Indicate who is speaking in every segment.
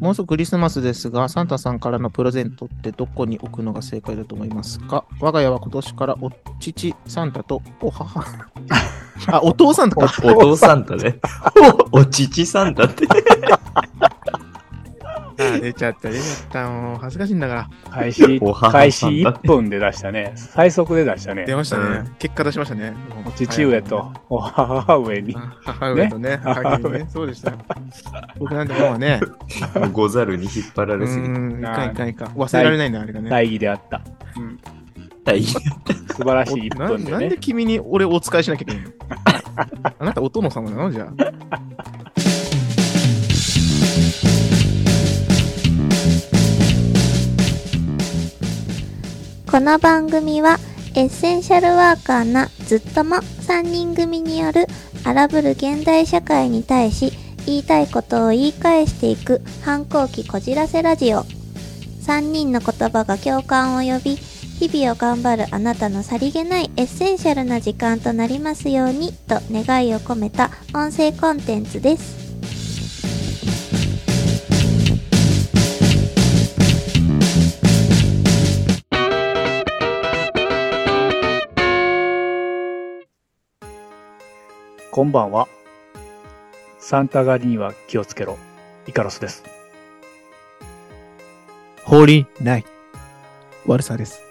Speaker 1: もうすぐクリスマスですが、サンタさんからのプレゼントってどこに置くのが正解だと思いますか我が家は今年からお父サンタとお母 あ、お父さんと
Speaker 2: お
Speaker 1: か。
Speaker 2: 父サン タね。おお父サンタって。
Speaker 1: 出ちゃった、出ちゃった。もう恥ずかしいんだから。
Speaker 3: 開始、
Speaker 2: お母さんだ
Speaker 3: 開始1分で出したね。最速で出したね
Speaker 1: 出。ましたね。
Speaker 2: う
Speaker 1: 結果出しましたね。も
Speaker 3: お
Speaker 1: う
Speaker 3: 父上とお母上に。
Speaker 1: あ母上とね、母上ね。そうでした。僕なんてもう ね、
Speaker 2: もうござるに引っ張ら
Speaker 1: う
Speaker 2: れすぎて。
Speaker 1: ーん、いかんいかんいかん。忘れられないんだ、あれがね。
Speaker 3: 大義であった。
Speaker 2: 大
Speaker 3: 素晴らしい
Speaker 1: お
Speaker 3: 1
Speaker 1: な
Speaker 3: 分で
Speaker 1: なん
Speaker 3: ね
Speaker 1: で。君に俺お使いしなきゃいけないのあなたお殿様なのじゃあ。
Speaker 4: この番組はエッセンシャルワーカーなずっとも3人組による荒ぶる現代社会に対し言いたいことを言い返していく反抗期こじらせラジオ3人の言葉が共感を呼び日々を頑張るあなたのさりげないエッセンシャルな時間となりますようにと願いを込めた音声コンテンツです
Speaker 3: こんばんは。サンタ狩りには気をつけろ。イカロスです。
Speaker 1: ホーリーない。悪さです。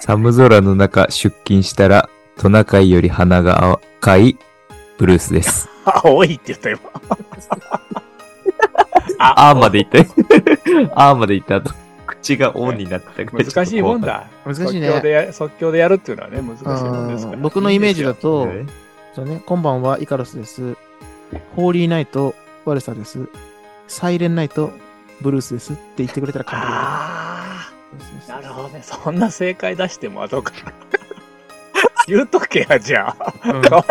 Speaker 2: 寒空の中出勤したら、トナカイより鼻が赤いブルースです。
Speaker 3: 青いって 言ったよ。
Speaker 2: あーまで言った。 あーまで言った後、口がオンになってたから
Speaker 3: 難しいもん。だ。
Speaker 1: 難しい
Speaker 3: 即興で
Speaker 1: ね。
Speaker 3: や即興でやるっていうのはね、難しいもんですか
Speaker 1: う
Speaker 3: ら。
Speaker 1: ん僕のイメージだ
Speaker 2: ちょっ
Speaker 1: と
Speaker 2: と怖かった、ね
Speaker 1: そうね、今晩はイカロスです。ホーリーナイト、悪さです。サイレンナイト、ブルースですって言ってくれたら完
Speaker 3: あ
Speaker 1: 璧です
Speaker 3: あ、。なるほどね。そんな正解出しても後から。 言うとけや、じゃ あ。
Speaker 1: ど。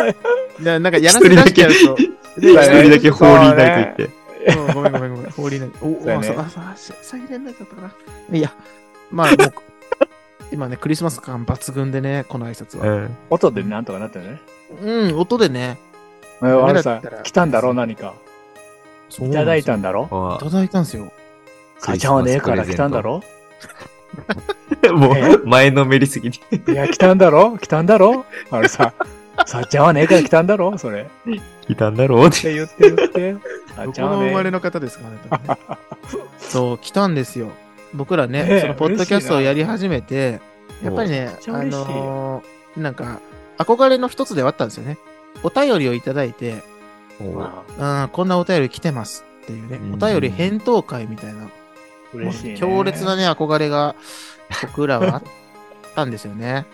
Speaker 1: うんななんかやらせ出しちゃうと。
Speaker 2: 一人だけホーリーナイト言って。
Speaker 1: うんごめんごめんごめん。ホーリーナイト。お
Speaker 3: そうや
Speaker 1: お、
Speaker 3: ね
Speaker 1: そう、あそうあサイレンナイトだったかな。いや、まあ、もう今ね、クリスマス感抜群でね、この挨拶は。
Speaker 2: うん
Speaker 3: 音でなんとかなってるね。
Speaker 1: うん、音でね。
Speaker 3: え、あれ
Speaker 1: ダメだ
Speaker 3: さ
Speaker 1: ったら、
Speaker 3: 来たんだろ何か。
Speaker 1: そう
Speaker 3: い
Speaker 1: な
Speaker 3: た
Speaker 1: んで
Speaker 3: だ
Speaker 1: す
Speaker 3: いたんだろ
Speaker 1: いただいたんですよ。
Speaker 3: 母ちゃんはねえから来たんだろ
Speaker 2: もう、前のめりすぎて。
Speaker 3: いや、来たんだろ来たんだろあれさ、 さっちゃんはねえから来たんだろそれ。っ
Speaker 2: 来たんだろうって
Speaker 3: 言って言って。さ
Speaker 1: ど
Speaker 3: っち
Speaker 1: こ
Speaker 3: ゃん
Speaker 1: の
Speaker 3: は
Speaker 1: 生ま
Speaker 3: ね
Speaker 1: れの方ですかね多分ね。 そう、来たんですよ。僕ら
Speaker 3: ね
Speaker 1: ね、
Speaker 3: え
Speaker 1: そのポッドキャストをやり始めて、
Speaker 2: 嬉
Speaker 1: や
Speaker 2: しいな
Speaker 1: っぱりね
Speaker 3: っ、ち
Speaker 1: あ
Speaker 3: ゃ嬉しい
Speaker 1: のーなんか、憧れの一つではあったんですよね。お便りをいただいて、
Speaker 3: まあ
Speaker 1: うん、こんなお便り来てますっていうね
Speaker 2: う、ん
Speaker 1: お便り返答会みたいな、
Speaker 3: 嬉しいね。
Speaker 1: 強烈なね、憧れが僕らはあったんですよね。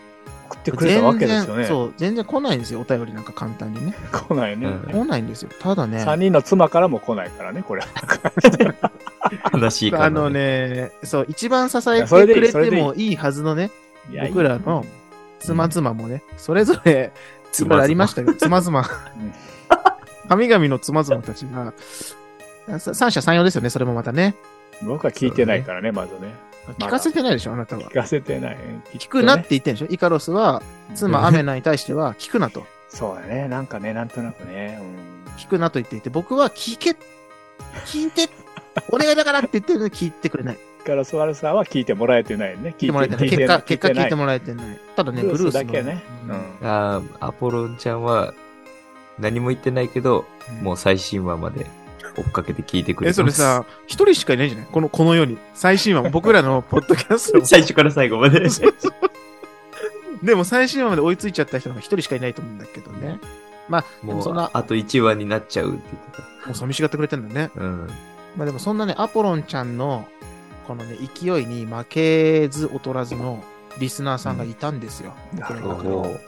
Speaker 3: 送ってくれたわけですよ
Speaker 1: 全然
Speaker 3: ね。
Speaker 1: そう、全然来ないんですよ、お便りなんか簡単にね。
Speaker 3: 来ないね。
Speaker 2: うん
Speaker 1: 来ないんですよ。ただね、
Speaker 3: 3人の妻からも来ないからね、これ。
Speaker 2: 悲しいから。
Speaker 1: あの。ね、そう、一番支
Speaker 3: い
Speaker 1: え
Speaker 3: やそれ
Speaker 1: て
Speaker 3: でい
Speaker 1: くれ
Speaker 3: いそれ
Speaker 1: て
Speaker 3: でいい
Speaker 1: もいいはずのね、
Speaker 3: いや
Speaker 1: 僕らの妻妻もね、それぞれ、
Speaker 2: つ
Speaker 1: つ
Speaker 2: まずま
Speaker 1: まありました けど、妻妻
Speaker 3: ん。
Speaker 1: 神々の妻妻たちが、さ三者三様ですよね、それもまたね。
Speaker 3: 僕は聞いてないからね、まずね。
Speaker 1: 聞かせてないでしょ、あなたは
Speaker 3: 聞。かせてない。
Speaker 1: 聞くなっ
Speaker 3: き
Speaker 1: て言っ
Speaker 3: っとね
Speaker 1: てんでしょイカロスは、妻アメナに対しては、聞くなと。
Speaker 3: そうだね。なんかね、なんとなくね。うん
Speaker 1: 聞くなと言っていて、僕は聞け、聞いて、お願いだからって言ってるのに聞いてくれない。
Speaker 3: ガラスワルサーは聞いてもらえてないね。聞
Speaker 1: 聞いてもらえてない。結果、結果聞いて
Speaker 3: も
Speaker 1: もらえてない。ただね、
Speaker 3: ブ
Speaker 1: ブ
Speaker 3: ル
Speaker 1: ルース
Speaker 3: ース
Speaker 1: の
Speaker 3: だけね。
Speaker 1: う
Speaker 3: う
Speaker 1: ん
Speaker 3: ん。
Speaker 2: あーアポロンちゃんは、何も言ってないけど、もう最新話まで追っかけて聞いてくれて
Speaker 1: え、
Speaker 2: ます。
Speaker 1: それ、さ、一人しかいないんじゃないこの、この世に。最新話も、僕らのポッドキャストも
Speaker 2: 最初から最後まで。
Speaker 1: でも最新話まで追いついちゃった人が一人しかいないと思うんだけどね。まあ、で
Speaker 2: も
Speaker 1: も
Speaker 2: う
Speaker 1: そんな、
Speaker 2: あと1話になっちゃうって言って
Speaker 1: もう寂しがってくれてんだね。
Speaker 2: た。うん。
Speaker 1: まあでもそんなね、アポロンちゃんの、このね、勢いに負けず劣らずのリスナーさんがいたんですよ。僕らの中で
Speaker 2: おー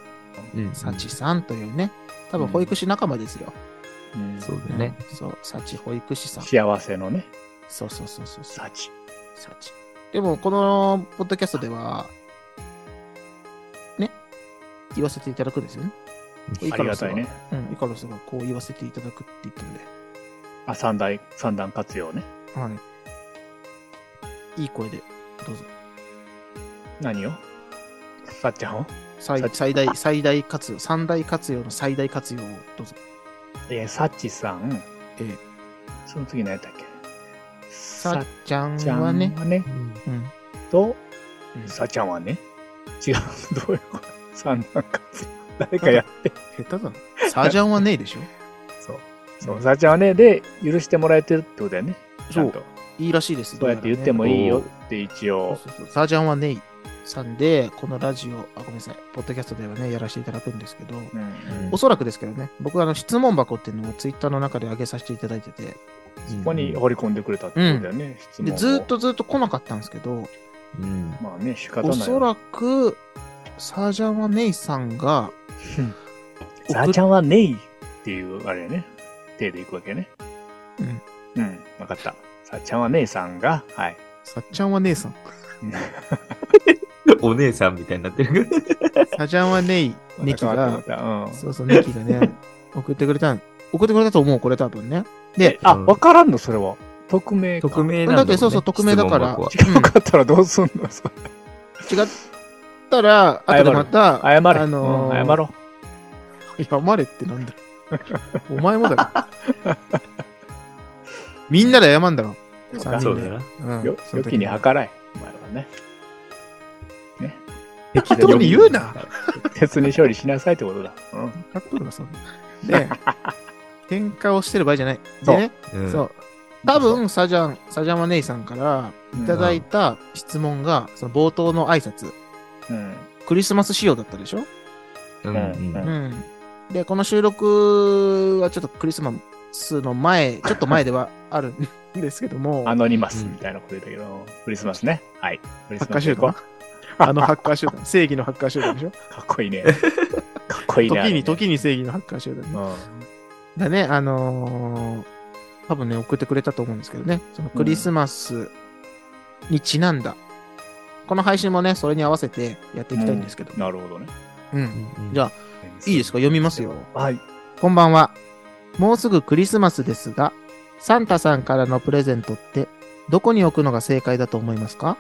Speaker 2: うん。
Speaker 1: サチさんというね、多分保育士仲間ですよ。
Speaker 3: うん
Speaker 2: そうだね。
Speaker 1: うんそう、サチ保育士さん。
Speaker 3: 幸せのね、
Speaker 1: そうそうそうそうそう。
Speaker 3: サチ。
Speaker 1: サチ。でも、このポッドキャストでは、ね、言わせていただくんですよね。
Speaker 3: ありがたいね。
Speaker 1: うん、イカロスがこう言わせていただくって言ったんで、
Speaker 3: あ、三大、三段活用ね。
Speaker 1: はい。いい声で、どうぞ。
Speaker 3: 何をさっちゃんを
Speaker 1: 最最大、最大活用、三大活用の最大活用をどうぞ。
Speaker 3: えー、さちさん。
Speaker 1: えー、
Speaker 3: その次何やったっけ
Speaker 1: さっ
Speaker 3: さ
Speaker 1: ちゃん
Speaker 3: ちゃん
Speaker 1: は
Speaker 3: はね
Speaker 1: ね、。うん。
Speaker 3: と、
Speaker 1: うん
Speaker 3: さっちゃんはね。違う、 どういうこと三段活用。誰か やって。
Speaker 1: 下手だな。さちゃんはねえでしょ。
Speaker 3: そう。そう、さっちゃんはね、で、許してもらえてるってことだよね。 ちゃんと。
Speaker 1: いいらしいです。
Speaker 3: そうやって言ってもいいよって一
Speaker 1: そう
Speaker 3: 応。
Speaker 1: そうそう。サージャンはネイさんで、このラジオ、あ、ごめんなさい、ポッドキャストではね、やらせていただくんですけど、
Speaker 3: うんうん
Speaker 1: おそらくですけどね、僕あの質問箱っていうのをツイッターの中で上げさせていただいてて、
Speaker 2: そ
Speaker 3: ここに放り込んでくれたってことだよね、質問
Speaker 1: で
Speaker 3: を
Speaker 1: ずーっ。とずーっと来なかったんですけど、
Speaker 2: うん。
Speaker 3: まあね、仕方ない。
Speaker 1: おそらく、サージャンはネイさんが、
Speaker 3: さあちゃんはねいっていう、あれやね。手でいくわけね。
Speaker 1: うん。
Speaker 3: うん、わかった。さあちゃんは姉さんが、はい。
Speaker 1: さっちゃんは姉 さん、
Speaker 2: お姉さんみたいになってる。
Speaker 1: サージャンはネイ、ネキ
Speaker 3: わか
Speaker 1: が
Speaker 3: っ、たわかった。うん。
Speaker 1: そうそう、ネキがね、 送ってくれたん、送ってくれたと思う、これ多分ね。で、
Speaker 3: あ、わからんのそれは。匿名か。
Speaker 2: 匿名な
Speaker 1: だ
Speaker 2: んだ、
Speaker 1: ってそうそう、匿名だから、
Speaker 2: 質
Speaker 3: 違うかったらどうすん のそれ
Speaker 1: うん違ったら、後でまた、
Speaker 3: 謝れ。
Speaker 1: あのー
Speaker 3: うん謝ろ
Speaker 1: 謝れってなんだろお前もだろ。みんなで謝んだろ。
Speaker 3: う。
Speaker 1: 三
Speaker 2: そ
Speaker 1: 人
Speaker 2: う
Speaker 1: で
Speaker 2: だな。
Speaker 1: うん
Speaker 3: よよ、
Speaker 1: その
Speaker 3: 良
Speaker 1: 時
Speaker 3: きに
Speaker 1: は
Speaker 3: 計らえ。お前はね。ね。
Speaker 1: 適当に言う な。
Speaker 3: 鉄に処理しなさいってことだ。うん。
Speaker 1: かっこいいな、そんな。で、喧嘩をしてる場合じゃない。でね、
Speaker 2: うん
Speaker 1: そう。多分、サジャン、サジャマネイさんからいただいた質問が、その冒頭の挨拶、
Speaker 3: うん。
Speaker 1: クリスマス仕様だったでしょ
Speaker 2: うんうん
Speaker 3: うん
Speaker 1: うん。で、この収録はちょっとクリスマスの前、ちょっと前ではあるんですけども、
Speaker 3: アノニマスみたいなこと言ったけど、クリスマスね。はい。クリ
Speaker 1: ハ
Speaker 3: ス
Speaker 1: ッカー
Speaker 3: マス
Speaker 1: 集
Speaker 3: 行こう
Speaker 1: 団あのハッカー集団。正義のハッカー集団でしょ
Speaker 3: かっこいい ね。かっこいいね。あれ
Speaker 1: 時
Speaker 3: ね
Speaker 1: に、時に正義のハッカー集団ね。
Speaker 3: うん。
Speaker 1: だね、あのー多分ね、送ってくれたと思うんですけどね。そのクリスマスにちなんだ。この配信もね、それに合わせてやっていきたいんですけど。
Speaker 3: なるほどね。
Speaker 1: うん。
Speaker 2: うん
Speaker 1: じゃあ、いいですか読みますよ。
Speaker 3: はい。
Speaker 1: こんばんは。もうすぐクリスマスですが、サンタさんからのプレゼントって、どこに置くのが正解だと思いますか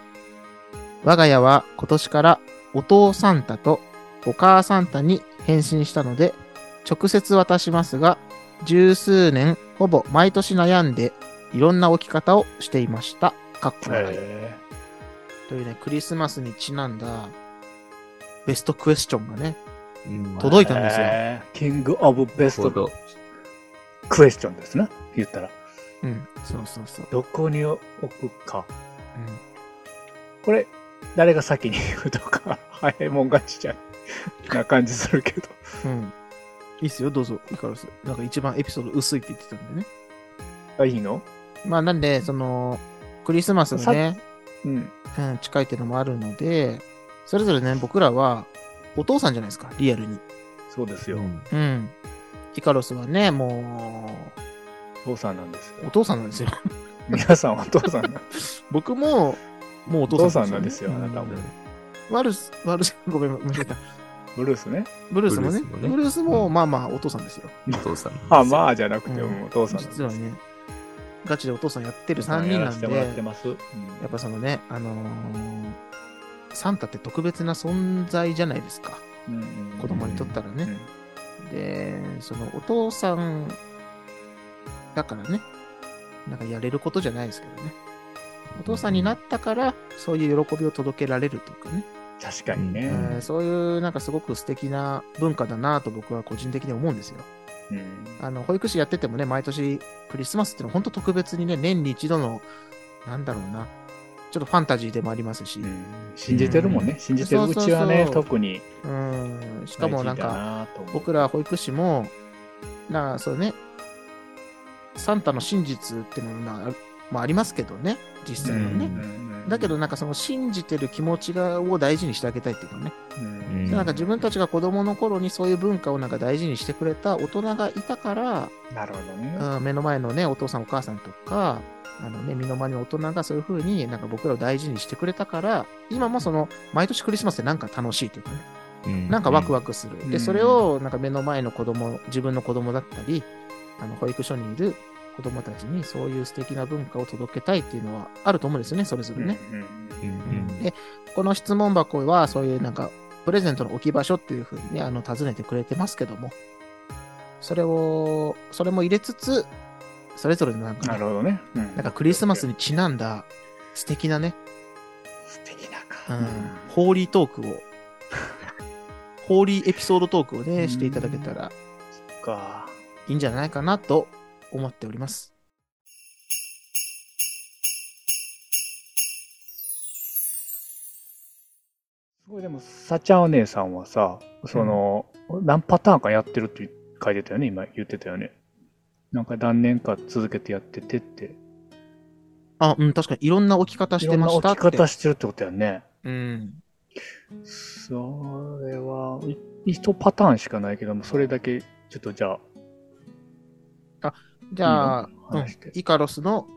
Speaker 1: 我が家は今年からお父サンタとお母サンタに変身したので、直接渡しますが、十数年ほぼ毎年悩んで、いろんな置き方をしていました。かっこいい。
Speaker 3: え
Speaker 1: というね、クリスマスにちなんだ、ベストクエスチョンがね、
Speaker 2: うん
Speaker 1: 届いたんですよ。
Speaker 3: キングオブベス
Speaker 2: なるほ
Speaker 3: ト
Speaker 2: ど
Speaker 3: クエスチョンですね。言ったら。
Speaker 1: うん、そうそうそう。
Speaker 3: どこに置くか。
Speaker 1: うん
Speaker 3: これ、誰が先に言うとか、 早いもん勝ちじゃん。な感じするけど。
Speaker 1: うん。いいっすよ、どうぞ、イカロス。なんか一番エピソード薄いって言ってたんでね。
Speaker 3: あ、いいの
Speaker 1: まあ、なんで、その、クリスマスがね、
Speaker 3: うん。
Speaker 1: うん、近いっていうのもあるので、それぞれね、僕らは、お父さんじゃないですか、リアルに。
Speaker 3: そうですよ。
Speaker 1: うん。イカロスはね、も
Speaker 3: お父さんなんです
Speaker 1: う、お
Speaker 3: よ。
Speaker 1: 父さんなんですよ。
Speaker 3: 皆さんお父さんなんです。
Speaker 1: 僕も、もうお
Speaker 3: お
Speaker 1: 父
Speaker 3: 父
Speaker 1: さ
Speaker 3: さ
Speaker 1: ん
Speaker 3: んなんですよ、あなたも。
Speaker 1: ワルス、ワルス、ごめん、間違えた。
Speaker 3: ブルースね。
Speaker 1: ブルースもね、
Speaker 2: ブルースもね
Speaker 1: ブルースも、まあまあ、お父さんですよ。
Speaker 2: お父さん。
Speaker 3: あ、まあじゃなくて、
Speaker 1: う
Speaker 3: うんんお父さんなんです
Speaker 1: 実はね、ガチでお父さんやってる
Speaker 3: お父
Speaker 1: 3
Speaker 3: さや
Speaker 1: 人な
Speaker 3: ら
Speaker 1: ん
Speaker 3: せ
Speaker 1: で
Speaker 3: て、もらってます。うん
Speaker 1: やっぱそのね、あのーサンタって特別な存在じゃないですか。
Speaker 3: うん
Speaker 1: 子供にとったら
Speaker 3: うん
Speaker 1: ね。で、そのお父さんだからね、なんかやれることじゃないですけどね。お父さんになったから、そういう喜びを届けられるというかね、
Speaker 3: 確かに
Speaker 1: え
Speaker 2: うん
Speaker 3: ね。
Speaker 1: ーそういうなんかすごく素敵な文化だなと僕は個人的に思うんですよ。
Speaker 3: うん
Speaker 1: あの、保育士やっててもね、毎年クリスマスっていうのは本当特別にね、年に一度の、なんだろうな、ちょっとファンタジーでもありますし、
Speaker 3: 信じてるもんね。信じてるうち
Speaker 1: そ
Speaker 3: は
Speaker 1: うそうそ
Speaker 3: ね
Speaker 1: う、
Speaker 3: 特に。
Speaker 1: うん、しかもなんか、
Speaker 3: 大事だなと思う、
Speaker 1: 僕ら保育士も、なあ、そうね、サンタの真実っていうのもな、まあ、ありますけどね、実際は
Speaker 2: う
Speaker 1: ね。
Speaker 2: ん
Speaker 1: だけど、なんかその信じてる気持ちがを大事にしてあげたいっていうかね。
Speaker 3: うん、
Speaker 1: なんか自分たちが子供の頃にそういう文化をなんか大事にしてくれた大人がいたから、
Speaker 3: なるほどね。
Speaker 1: うん目の前のね、お父さんお母さんとか、あのね、身の回りの大人がそういう風になんか僕らを大事にしてくれたから、今もその、毎年クリスマスってなんか楽しいというかね。なんかワクワクする。
Speaker 3: うん
Speaker 1: で、それをなんか目の前の子供、自分の子供だったり、あの保育所にいる子供たちにそういう素敵な文化を届けたいっていうのはあると思うんですよね、それぞれね。
Speaker 3: うんうん
Speaker 2: うん
Speaker 1: で、この質問箱はそういうなんかプレゼントの置き場所っていうふうにね、あの、尋ねてくれてますけども、それを、それも入れつつ、それぞれのなんかね、
Speaker 3: なるほどね。う
Speaker 1: なん
Speaker 3: ん。
Speaker 1: かクリスマスにちなんだ素敵なね、
Speaker 3: 素敵な
Speaker 1: う
Speaker 3: か。
Speaker 1: ん、ホーリートークを、ホーリーエピソードトークを
Speaker 3: う
Speaker 1: ね、
Speaker 3: ん
Speaker 1: していただけたら
Speaker 3: か。
Speaker 1: いいんじゃないかなと思っております。
Speaker 3: すごい、でも、さちゃんお姉さんはさ、その、何パターンかやってるって書いてたよね、今言ってたよね。なんか何年か続けてやっててって。
Speaker 1: あ、うん、確かにいろんな置き方してましたっ
Speaker 3: いろんな置
Speaker 1: て。
Speaker 3: き方してるってことやね。
Speaker 1: うん。
Speaker 3: それは、い一パターンしかないけども、それだけ、ちょっとじゃあ、
Speaker 1: じゃあ、
Speaker 3: いいの
Speaker 1: うん
Speaker 3: 話して、
Speaker 1: イカロスの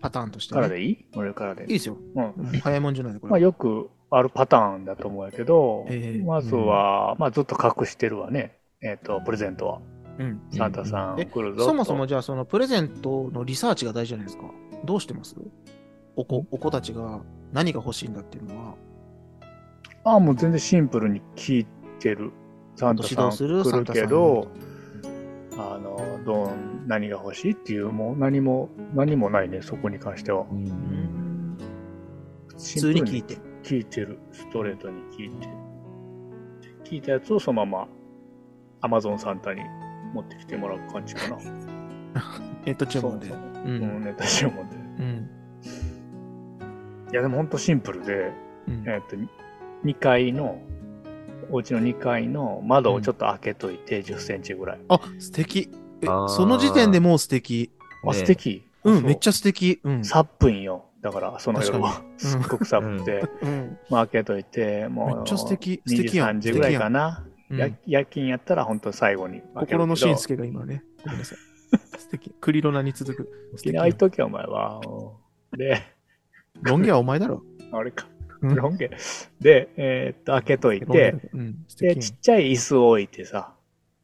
Speaker 1: パターンとして、
Speaker 3: から
Speaker 1: ね。
Speaker 3: でいい俺からで。
Speaker 1: いいですよ。
Speaker 3: うん。
Speaker 1: 早いもんじゃないで、これ。
Speaker 3: まあ、よくあるパターンだと思うんやけど、
Speaker 1: ええ
Speaker 3: まずは、まあ、ずっと隠してるわね。えっ、と、プレゼントは。
Speaker 1: うん。
Speaker 3: サンタさ
Speaker 1: うん
Speaker 3: ん来るぞと。
Speaker 1: そもそもじゃあ、そのプレゼントのリサーチが大事じゃないですか。どうしてますお子、お子たちが何が欲しいんだっていうのは、
Speaker 3: ああ、もう全然シンプルに聞いてる。サンタさん
Speaker 1: 指導する
Speaker 3: 来るけど、あの、どん、何が欲しいっていう、もう何も、何もないね、そこに関しては。
Speaker 2: うん
Speaker 1: 普通に聞
Speaker 3: シ
Speaker 1: い
Speaker 3: ンプ
Speaker 1: て。
Speaker 3: ルに聞いてる。ストレートに聞いて。聞いたやつをそのまま、アマゾンサンタに持ってきてもらう感じ かな。
Speaker 1: ネット注文で。。
Speaker 3: そううそううんん、ネタ注文で。
Speaker 1: うん。
Speaker 3: いや、でもほんとシンプルで、
Speaker 1: うん。
Speaker 3: えっと、2階の、お家の2階の窓をちょっと開けといて、10センチぐらい。
Speaker 1: あ、素敵。え
Speaker 2: あー
Speaker 1: その時点でもう素敵。
Speaker 3: あ、
Speaker 2: ね
Speaker 3: 素敵。
Speaker 1: うん、めっち
Speaker 3: ゃ。
Speaker 1: ゃ素敵。うん。
Speaker 3: 寒いんよ。だから、その夜は。すっごく寒くて。
Speaker 1: うん
Speaker 3: まあ、開けといて、もう。
Speaker 1: めっちゃ素敵素
Speaker 3: 2
Speaker 1: 敵
Speaker 3: 時、
Speaker 1: やん
Speaker 3: 3時ぐらいかな。
Speaker 1: うん
Speaker 3: や夜勤やったら、本当最後に開けるけど。
Speaker 1: 心のしんすけが今ね。ごめんなさ い。素敵。クリロナに続く。素
Speaker 3: 沖
Speaker 1: 敵
Speaker 3: 縄
Speaker 1: やん
Speaker 3: 行っ。とけ、お前は。うんで、
Speaker 1: ロン毛はお前だろ。
Speaker 3: あれか。
Speaker 1: うん
Speaker 3: ロン毛。で、えーっと、開けとい
Speaker 1: ロン毛だ
Speaker 3: て
Speaker 1: ろ、うん、素
Speaker 3: で、
Speaker 1: 敵
Speaker 3: ちっちゃい椅子を置いてさ、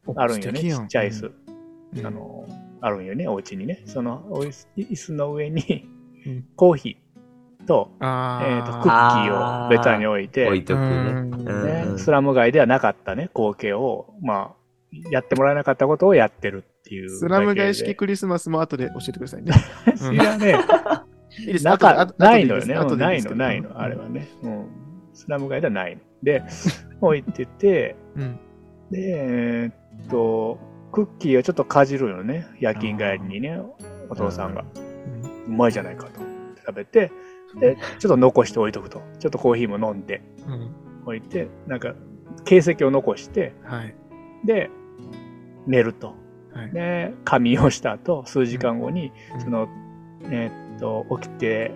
Speaker 1: やん。
Speaker 3: あるんよね。
Speaker 1: 素敵
Speaker 3: ち
Speaker 1: やん
Speaker 3: っちゃい椅子。
Speaker 1: うん
Speaker 3: あの、あるんよね、お家にね。その、おい椅子の上に
Speaker 1: うん、
Speaker 3: コーヒーと、
Speaker 1: あ
Speaker 3: えっと、ク
Speaker 1: ー
Speaker 3: ッキーをベタに置いて、
Speaker 2: 置いとくね。
Speaker 1: うん
Speaker 2: う
Speaker 3: ね、
Speaker 2: ん
Speaker 3: スラム街ではなかったね、光景を、まあ、やってもらえなかったことをやってるっていうだけで。
Speaker 1: スラム街式クリスマスも後で教えてください ね。うん
Speaker 3: いやね、
Speaker 1: いいです
Speaker 3: な
Speaker 1: 後
Speaker 3: か
Speaker 1: で後で
Speaker 3: ないのよ
Speaker 1: です
Speaker 3: ね。
Speaker 1: 後で
Speaker 3: な
Speaker 1: で
Speaker 3: い
Speaker 1: すけ
Speaker 3: の、
Speaker 1: ど
Speaker 3: ないの、あれはね。うん。スラム街ではないの。で、置いてて、
Speaker 1: うん。
Speaker 3: で、えーっと、クッキーをちょっとかじるよね。夜勤帰りにね、お父さんが。うまいじゃないかと。食べて、で、ちょっと残して置いとくと。ちょっとコーヒーも飲んで
Speaker 1: うん。うん
Speaker 3: 置いて、なんか、形跡を残して、
Speaker 1: はい。
Speaker 3: で、寝ると。
Speaker 1: はい。
Speaker 3: で、仮眠をした後、数時間後に、
Speaker 1: うん
Speaker 3: その、えーっと、起きて、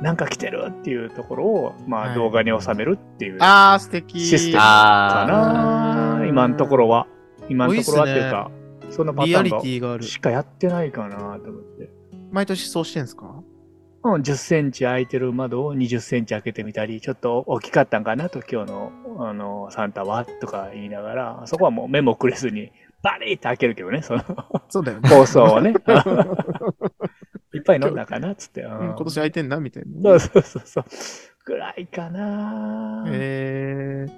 Speaker 3: なんか来てるっていうところを、ま
Speaker 1: は
Speaker 3: あ
Speaker 1: い
Speaker 3: 動画に収めるっていうか
Speaker 1: あー、素敵。
Speaker 3: システムな、
Speaker 1: あー
Speaker 3: 今のところは。今のところはっていうか、そのパタ
Speaker 1: リアリテ
Speaker 3: ーン
Speaker 1: ィがあ
Speaker 3: が
Speaker 1: る。
Speaker 3: しかやってないかなと思って。
Speaker 1: 毎年そうしてんすか
Speaker 3: うん、10センチ開いてる窓を20センチ開けてみたり、ちょっと大きかったんかなと、今日の、あの、サンタは、とか言いながら、そこはもう目もくれずに、バリーって開けるけどね、その
Speaker 1: そうだよね。
Speaker 3: 放送 をね。いっぱい飲んだかな、つって。
Speaker 1: う
Speaker 3: う
Speaker 1: んん今年空いてんな、みたい
Speaker 3: そ
Speaker 1: な
Speaker 3: う。そうそうそう。ぐらいかな、
Speaker 1: えー、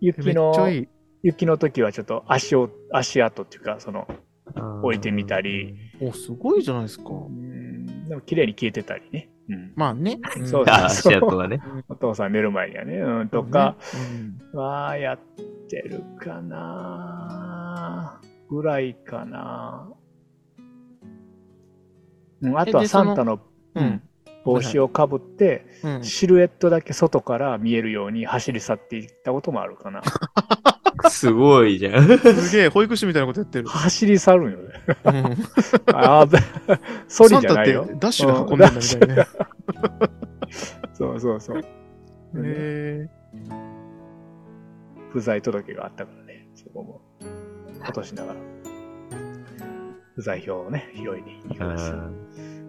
Speaker 1: め
Speaker 3: 雪
Speaker 1: っちゃい
Speaker 3: の、
Speaker 1: い。
Speaker 3: 雪の時はちょっと足を、足跡っていうか、その、置いてみたり。
Speaker 1: お、すごいじゃないですか。
Speaker 3: うん、でも綺麗に消えてたりね。うん。
Speaker 1: まあね。ん
Speaker 3: そうだ
Speaker 2: あー、足跡がね。
Speaker 3: お父さん寝る前にはね、うん、とか、はやってるかなぐらいかなうんあと
Speaker 1: え
Speaker 3: は
Speaker 1: でそ
Speaker 3: サ
Speaker 1: の
Speaker 3: ンタの
Speaker 1: うん。うん。
Speaker 3: 帽子をかぶって、
Speaker 1: うん。
Speaker 3: シルエットだけ外から見えるように走り去っていったこともある かな。
Speaker 2: すごいじゃん。
Speaker 1: すげえ、保育士みたいなことやってる。
Speaker 3: 走り去るんよね。
Speaker 1: うん。
Speaker 3: ああ、 ソリじゃない
Speaker 1: サン
Speaker 3: よ
Speaker 1: タって。ダッシュで運んでんだみたいなね。
Speaker 3: そうそうそう。
Speaker 1: へ
Speaker 3: 不在届があったからね、そこも落としながら。不在票をね、拾いに行きまし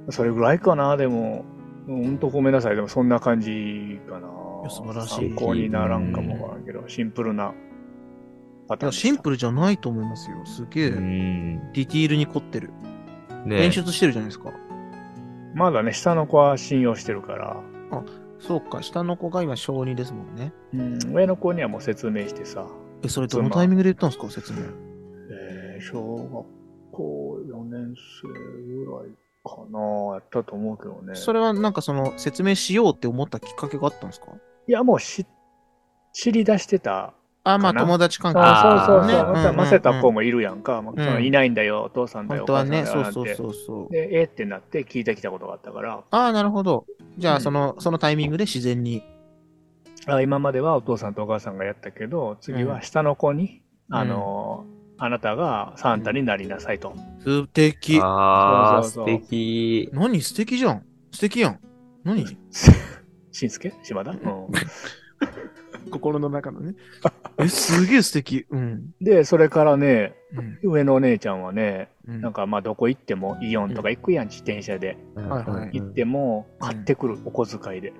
Speaker 3: た。それぐらいかな、でも。ほんとごめんなさい、でもそんな感じかな。
Speaker 1: いや素晴らしい
Speaker 3: 参考にならんかもわからんけど、シンプルなパ
Speaker 1: い
Speaker 3: ターン
Speaker 1: や、
Speaker 3: でした。
Speaker 1: シンプルじゃないと思いますよ。すげえ
Speaker 2: う。ん。
Speaker 1: ディティールに凝ってる。
Speaker 2: ね
Speaker 1: 演出してるじゃないですか。
Speaker 3: まだね、下の子は信用してるから。
Speaker 1: あそうか、下の子が今小2ですもんね。
Speaker 3: うん、上の子にはもう説明してさ、
Speaker 1: え、それどのタイミングで言ったんですか、説明。
Speaker 3: えー小学校4年生ぐらいかな、やったと思うけどね。
Speaker 1: それはなんかその、説明しようって思ったきっかけがあったんですか
Speaker 3: いや、もうし知り出してた。
Speaker 1: あ、まあ
Speaker 3: かな
Speaker 1: 友達関係
Speaker 2: あ
Speaker 3: あ
Speaker 2: ー
Speaker 3: そうそう
Speaker 1: ね
Speaker 3: そう。またませた子
Speaker 1: んうんうん
Speaker 3: もいるやんか。まあその
Speaker 1: うん
Speaker 3: いないんだよ、お父さんだよ、
Speaker 1: 本
Speaker 3: お
Speaker 1: 当
Speaker 3: 母
Speaker 1: は
Speaker 3: さんだ
Speaker 1: ね、
Speaker 3: よ
Speaker 1: そう
Speaker 3: なん
Speaker 1: そう
Speaker 3: て。
Speaker 1: そうそう。
Speaker 3: で、えーってなって聞いてきたことがあったから、
Speaker 1: ああ、なるほど。じゃ
Speaker 3: う
Speaker 1: あ、
Speaker 3: ん
Speaker 1: その、そのタイミングで自然に。
Speaker 3: あ今まではお父さんとお母さんがやったけど、次は下の子に、
Speaker 1: うん
Speaker 3: あのーあなたがサンタになりなさいと。
Speaker 1: 素敵。
Speaker 2: ああ、
Speaker 3: そうそうそう
Speaker 2: 素敵。
Speaker 1: 何素敵じゃん。素敵やん。何
Speaker 3: しんすけ島田、うん、
Speaker 1: 心の中のね。え、すげえ素敵。うん。
Speaker 3: で、それからね、
Speaker 1: うん。
Speaker 3: 上のお姉ちゃんはね、
Speaker 1: うん
Speaker 3: なんかまあどこ行ってもイオンとか行くやん、自転車で。
Speaker 1: はいはい
Speaker 3: 行っても買ってくる、お小遣いで。